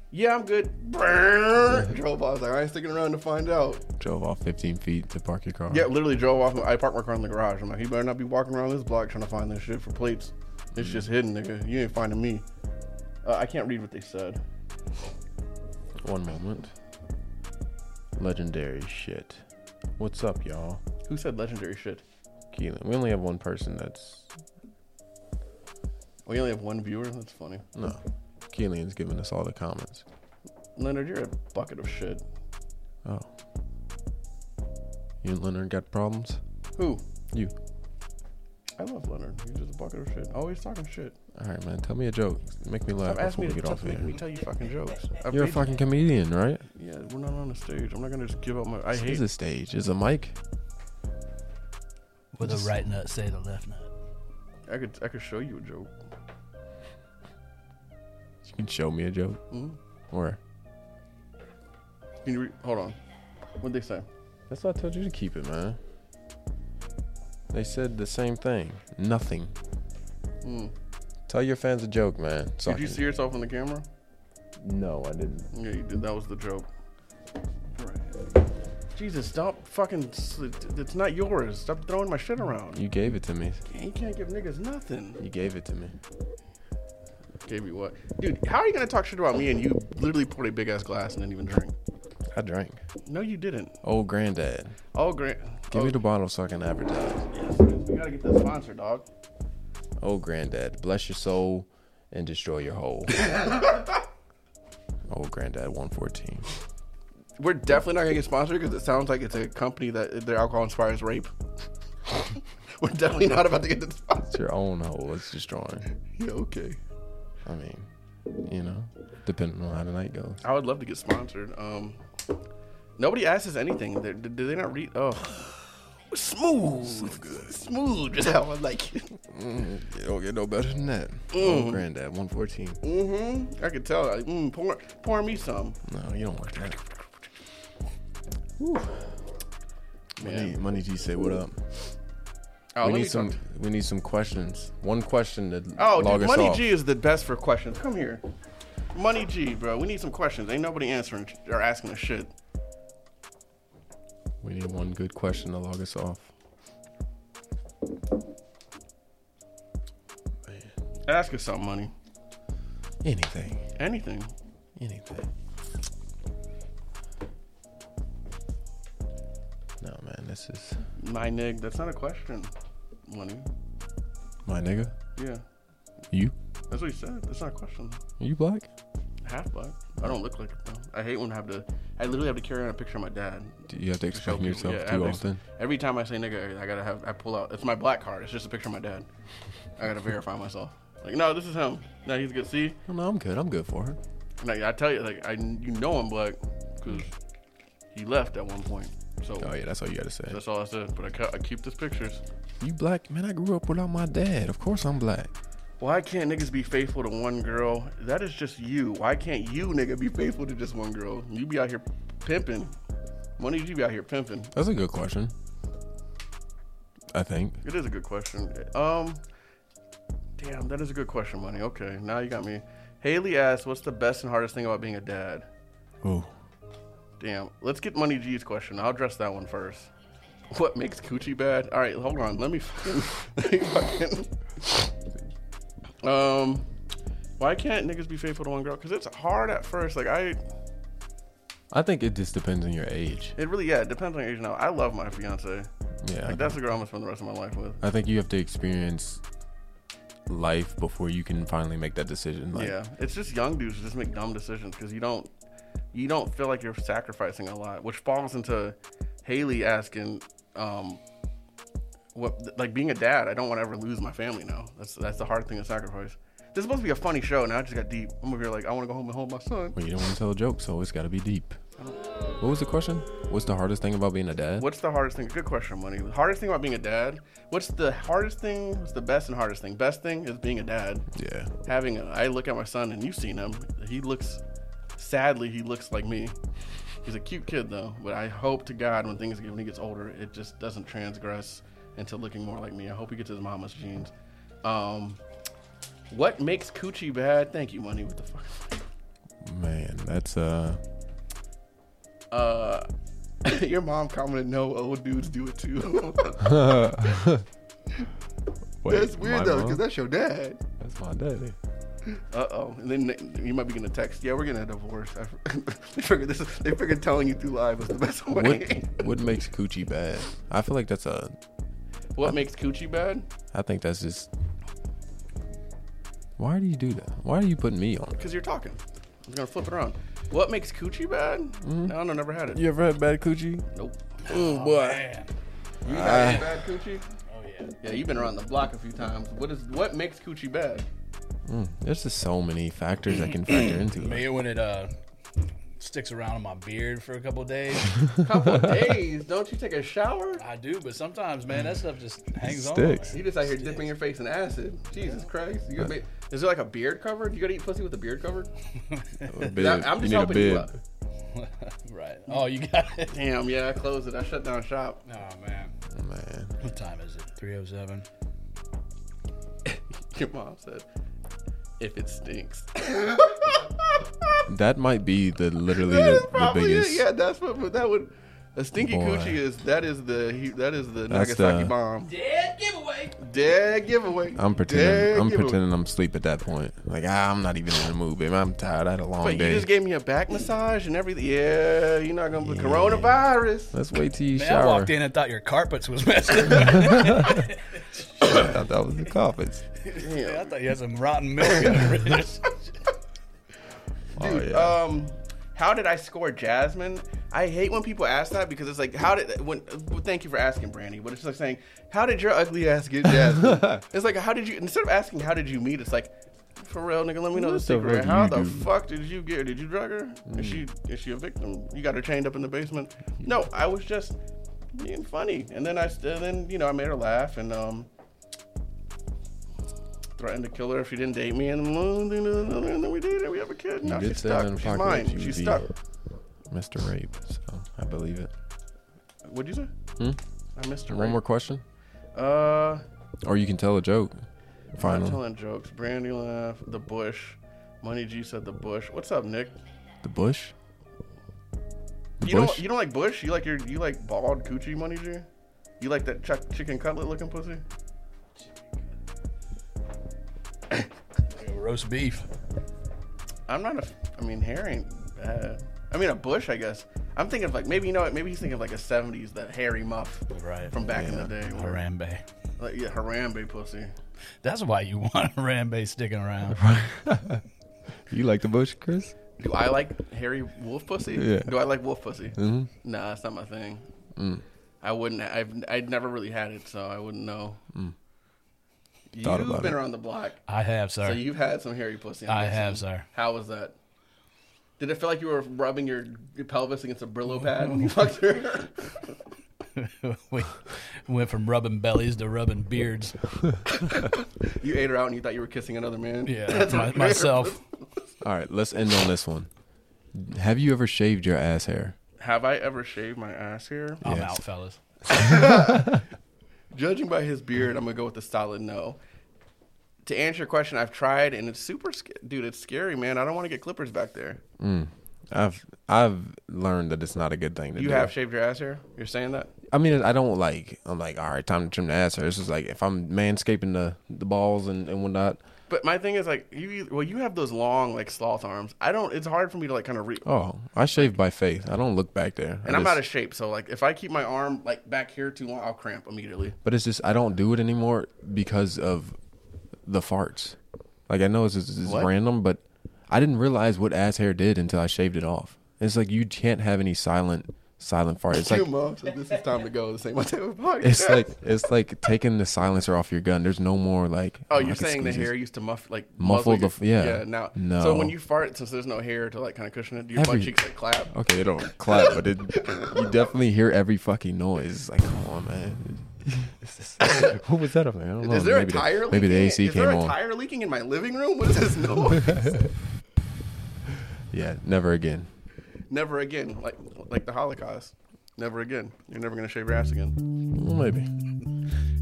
yeah, I'm good. Brrrr. Drove off. I was like, I ain't sticking around to find out.
Drove off 15 feet to park your car.
Yeah, literally drove off. I parked my car in the garage. I'm like, you better not be walking around this block trying to find this shit for plates. It's just hidden, nigga. You ain't finding me. Uh, I can't read what they said.
One moment. Legendary shit. What's up, y'all?
Who said legendary shit?
Keelan. We only have one person that's
We only have one viewer. That's funny.
no. Keelan's giving us all the comments.
Leonard, you're a bucket of shit.
Oh. You and Leonard got problems?
Who?
You.
I love Leonard. He's just a bucket of shit. Always talking shit.
Alright, man. Tell me a joke. Make me laugh
Stop asking
before
me
we
to
get
stop
off of
making me
here.
tell you fucking jokes. I've
You're a
made-
fucking comedian, right?
Yeah, we're not on the stage. I'm not gonna just give up my. I hate.
It's a stage. It's a mic.
With the right nut, say the left nut.
I could. I could show you a joke.
You can show me a joke. Or
Can you re- hold on? What'd they say?
that's what I told you to keep it, man. They said the same thing. Nothing. Tell your fans a joke, man. So I
Did Hmm. you
can-
see yourself in the camera?
No, I didn't.
Yeah, you did. That was the joke. Right. Jesus, stop fucking. s- It's not yours. Stop throwing my shit around.
You gave it to me.
You can't give niggas nothing.
You gave it to me.
Gave you what? Dude, how are you gonna talk shit about me and you literally poured a big ass glass and didn't even drink?
I drank.
No, you didn't.
Old granddad.
Oh, Grant.
Give
oh,
me the bottle so I can advertise.
We gotta get that sponsor, dog.
Old granddad, bless your soul and destroy your whole. Old granddad 114.
We're definitely not gonna get sponsored because it sounds like it's a company that their alcohol inspires rape. We're definitely not about to get the
It's
sponsor.
your own hole. It's destroying.
Yeah, okay.
I mean, you know, depending on how the night goes.
I would love to get sponsored. Um, nobody asks us anything. They're, did did they not read? Oh, smooth, smooth. Just how I like it.
It don't get no better than that.
Mm.
Old Oh, granddad 114.
Mm-hmm. I could tell. Like, mm, pour, pour me some.
No, you don't want that. Money,
Man.
Money G say what up.
Oh,
we
let
need
me
some.
talk-
We need some questions. One question to
Oh,
log
dude,
us
Money
off.
G is the best for questions. Come here, Money G, bro. We need some questions. Ain't nobody answering or asking us shit.
We need one good question to log us off.
Ask us something, money.
Anything.
Anything.
Anything. No man, this is
My nig. That's not a question, money.
my nigga.
Yeah,
You?
that's what he said. That's not a question.
Are you black?
Half black. I don't look like it though. I hate when I have to. I literally have to carry on a picture of my dad.
Do you have to
to show
explain
people.
yourself
Yeah, I have
too
to-
often?
Every time I say nigga, I gotta have. I pull out. It's my black card. It's just a picture of my dad. I gotta verify myself. Like, no, this is him. No, he's good. See,
No, no, I'm good. I'm good for it.
And, like I tell you, like I you know I'm black because he left at one point. So
Oh yeah, that's all you gotta say.
that's all I said. But I, ca- I keep his pictures.
You black man? I grew up without my dad. Of course I'm black.
Why can't niggas be faithful to one girl? That is just you. Why can't you nigga be faithful to just one girl? You be out here pimping. Money, you be out here pimping.
That's a good question. I think.
It is a good question. Um, damn, that is a good question, money. Okay, now you got me. Haley asked, "What's the best and hardest thing about being a dad?"
Ooh.
Damn. Let's get Money G's question. I'll address that one first. What makes coochie bad? All right, hold on. Let me fucking. Let me fucking um, why can't niggas be faithful to one girl? Because it's hard at first. Like I,
I think it just depends on your age.
it really yeah. It depends on your age now. I love my fiance.
Yeah.
Like that's the girl I'm gonna spend the rest of my life with.
I think you have to experience life before you can finally make that decision. Like,
Yeah, it's just young dudes who just make dumb decisions because you don't you don't feel like you're sacrificing a lot, which falls into Haley asking, um, what like being a dad. I don't want to ever lose my family now. That's that's the hard thing to sacrifice. This is supposed to be a funny show. Now I just got deep. I'm over here like I want to go home and hold my son.
Well, you don't want to tell a joke, so it's got to be deep. What was the question? What's the hardest thing about being a dad?
What's the hardest thing? Good question, money. The hardest thing about being a dad. What's the hardest thing? What's the best and hardest thing? Best thing is being a dad.
Yeah.
having a, I look at my son and you've seen him. He looks sadly he looks like me. He's a cute kid though, but I hope to God when things get when he gets older, it just doesn't transgress into looking more like me. I hope he gets his mama's genes. Um, what makes coochie bad? Thank you, money. What the fuck?
Man, that's uh
Uh, Your mom commented, "No, old dudes do it too."
wait,
That's weird
my
though,
mom?
because that's your dad.
that's my daddy.
Uh oh. And then you might be getting a text. Yeah, we're getting a divorce. I, they figured this. They figured telling you through live was the best way.
What what makes coochie bad? I feel like that's a
what makes coochie bad?
I think that's just Why do you do that? Why are you putting me on?
Because you're talking. I'm gonna flip it around. What makes coochie bad? No, I don't never had it.
Mm-hmm. You ever had bad coochie?
Nope.
Oh boy. Ah.
Man.
You had bad coochie?
Oh yeah.
Yeah, you've been around the block a few times. What is what makes coochie bad?
There's just so many factors I can factor into. it.
Maybe when it uh sticks around in my beard for a couple days.
Couple of days. Don't you take a shower?
I do, but sometimes, man, that stuff just hangs
Sticks.
You just out here dipping your face in acid. Jesus Christ. You gotta be, is there like a beard cover? You gotta eat pussy with a beard cover? That- I'm just
You need a
helping you
bib.
out.
on. Right. Oh, you got it.
Damn, yeah, I closed it. I shut down shop.
Oh man.
Man.
What time is it? 307.
Your mom said, if it stinks.
That might be the literally the, the
Probably
biggest.
it. Yeah, that's what but that would. A stinky
Boy.
coochie is that is the he, that is the
That's
Nagasaki
the-
bomb.
Dead giveaway.
Dead giveaway.
I'm pretending.
Dead
I'm
giveaway.
pretending I'm asleep at that point. Like ah, I'm not even in the mood, babe. I'm tired. I had a long
But you
day.
just gave me a back massage and everything. Yeah, you're not gonna be coronavirus.
Let's wait till you
Man, I
shower.
walked in and thought your carpets was messed up.
I thought that was the carpets.
I thought you had some rotten milk in the fridge.
oh yeah.
Um, how did I score Jasmine? I hate when people ask that because it's like, how did when? Well, thank you for asking, Brandy. But it's like saying, how did your ugly ass get Jasmine? it's like, how did you? Instead of asking, how did you meet? It's like, for real, nigga, let me know
What
the
the fuck
secret.
do
How
you
the
do? Mm.
fuck did you get her? Did you drug her? Is she is she a victim? You got her chained up in the basement? No, I was just being funny, and then I st- and then you know I made her laugh and um. Threatened to kill her if she didn't date me, and then we did, and we have a kid. Now she's
you did say that
stuck.
in
She's
pocket
mine.
that you would
She's
be
stuck.
Mr. Rape. So I believe it.
What'd you say? I missed her.
Hmm? One more question,
Uh,
or you can tell a joke.
I'm
Finally,
telling jokes. Brandy laugh. The bush. Money G said the bush. What's up, Nick?
the bush. The
You
bush?
don't you don't like bush? You like your you like bald coochie, Money G? You like that chuck chicken cutlet looking pussy?
Roast beef.
I'm not a. f- I mean, hair ain't bad. I mean, a bush, I guess. I'm thinking of like maybe you know what? Maybe he's thinking of like a '70s that hairy muff
Right.
from back in the day. where-
Harambe.
Like yeah, Harambe pussy.
That's why you want Harambe sticking around.
You like the bush, Chris?
Do I like hairy wolf pussy?
Yeah. Mm.
Do I like wolf pussy? Mm-hmm. Nah, that's not my thing. I wouldn't. I've I'd never really had it, so I wouldn't know. You've
Mm. Thought about
been
it.
around the block,
I have, sir.
so you've had some hairy pussy. I'm
I
guessing.
have, sir.
How was that? Did it feel like you were rubbing your pelvis against a Brillo pad when you fucked her?
we went from rubbing bellies to rubbing beards.
you ate her out and you thought you were kissing another man.
Yeah, my, myself.
All right, let's end on this one. Have you ever shaved your ass hair?
Have I ever shaved my ass hair?
I'm
Yes.
out, fellas.
Judging by his beard, I'm gonna go with a solid no. to answer your question, I've tried, and it's super, sc- dude. It's scary, man. I don't want to get clippers back there.
I've I've learned that it's not a good thing to
You
do.
have shaved your ass hair. You're saying that?
I mean, I don't like. I'm like, all right, time to trim the ass hair. It's just like if I'm manscaping the the balls and and whatnot.
But my thing is like you. Well, you have those long like sloth arms. I don't. It's hard for me to like kind of re.
Oh, I shave by faith. I don't look back there. I
and I'm
just-
out of shape, so like if I keep my arm like back here too long, I'll cramp immediately.
But it's just I don't do it anymore because of the farts. Like I know it's, it's, it's
What?
random, but I didn't realize what ass hair did until I shaved it off. It's like you can't have any silent silent fart. It's like
months. this is time to go. This ain't my type of podcast.
it's like it's like taking the silencer off your gun. There's no more like
Oh,
I
you're
can
saying the
squeeze this.
hair used to muff like
Muffle
muzzle
the-
your-
yeah.
yeah now
No.
so when you fart since there's no hair to like kind of cushion it your butt
Every- Oh,
cheeks like clap
Okay, they don't clap, but it, you definitely hear every fucking noise. It's like, come on, man. Who was that up there? I don't know.
is there
maybe
a tire
The,
leaking?
maybe the AC
is
came
there a
on.
tire leaking in my living room what is this noise
Yeah, never again.
never again like like the Holocaust never again you're never gonna shave your ass again
Well, maybe.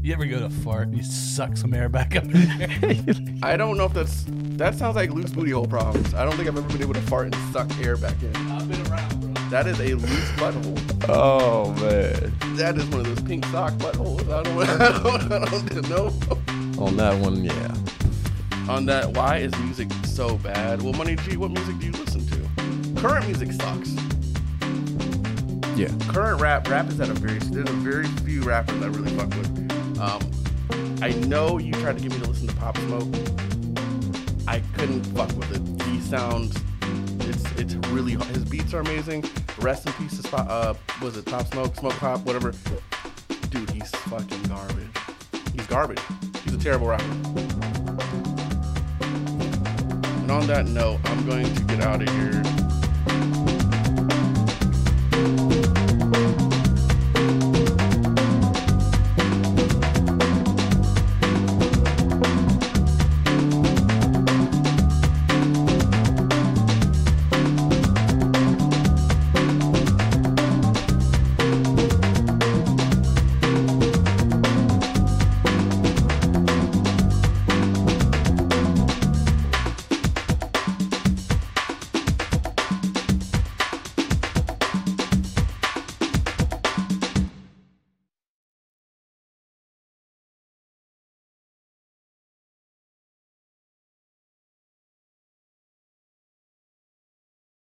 You ever go to fart and you suck some air back up? in there?
I don't know if that's that sounds like loose booty hole problems I don't think I've ever been able to fart and suck air back in
I've been around, bro.
that is a loose butthole
Oh man.
that is one of those pink sock buttholes I don't I don't, I don't know.
On that one, yeah.
on that why is music so bad well money g what music do you listen to current music sucks
Yeah.
current rap rap is at a very there's a very few rappers i really fuck with um i know you tried to get me to listen to pop smoke i couldn't fuck with it he sounds it's it's really his beats are amazing rest in peace to Spo- uh was it pop smoke smoke pop whatever dude he's fucking garbage he's garbage he's a terrible rapper and on that note, I'm going to get out of here.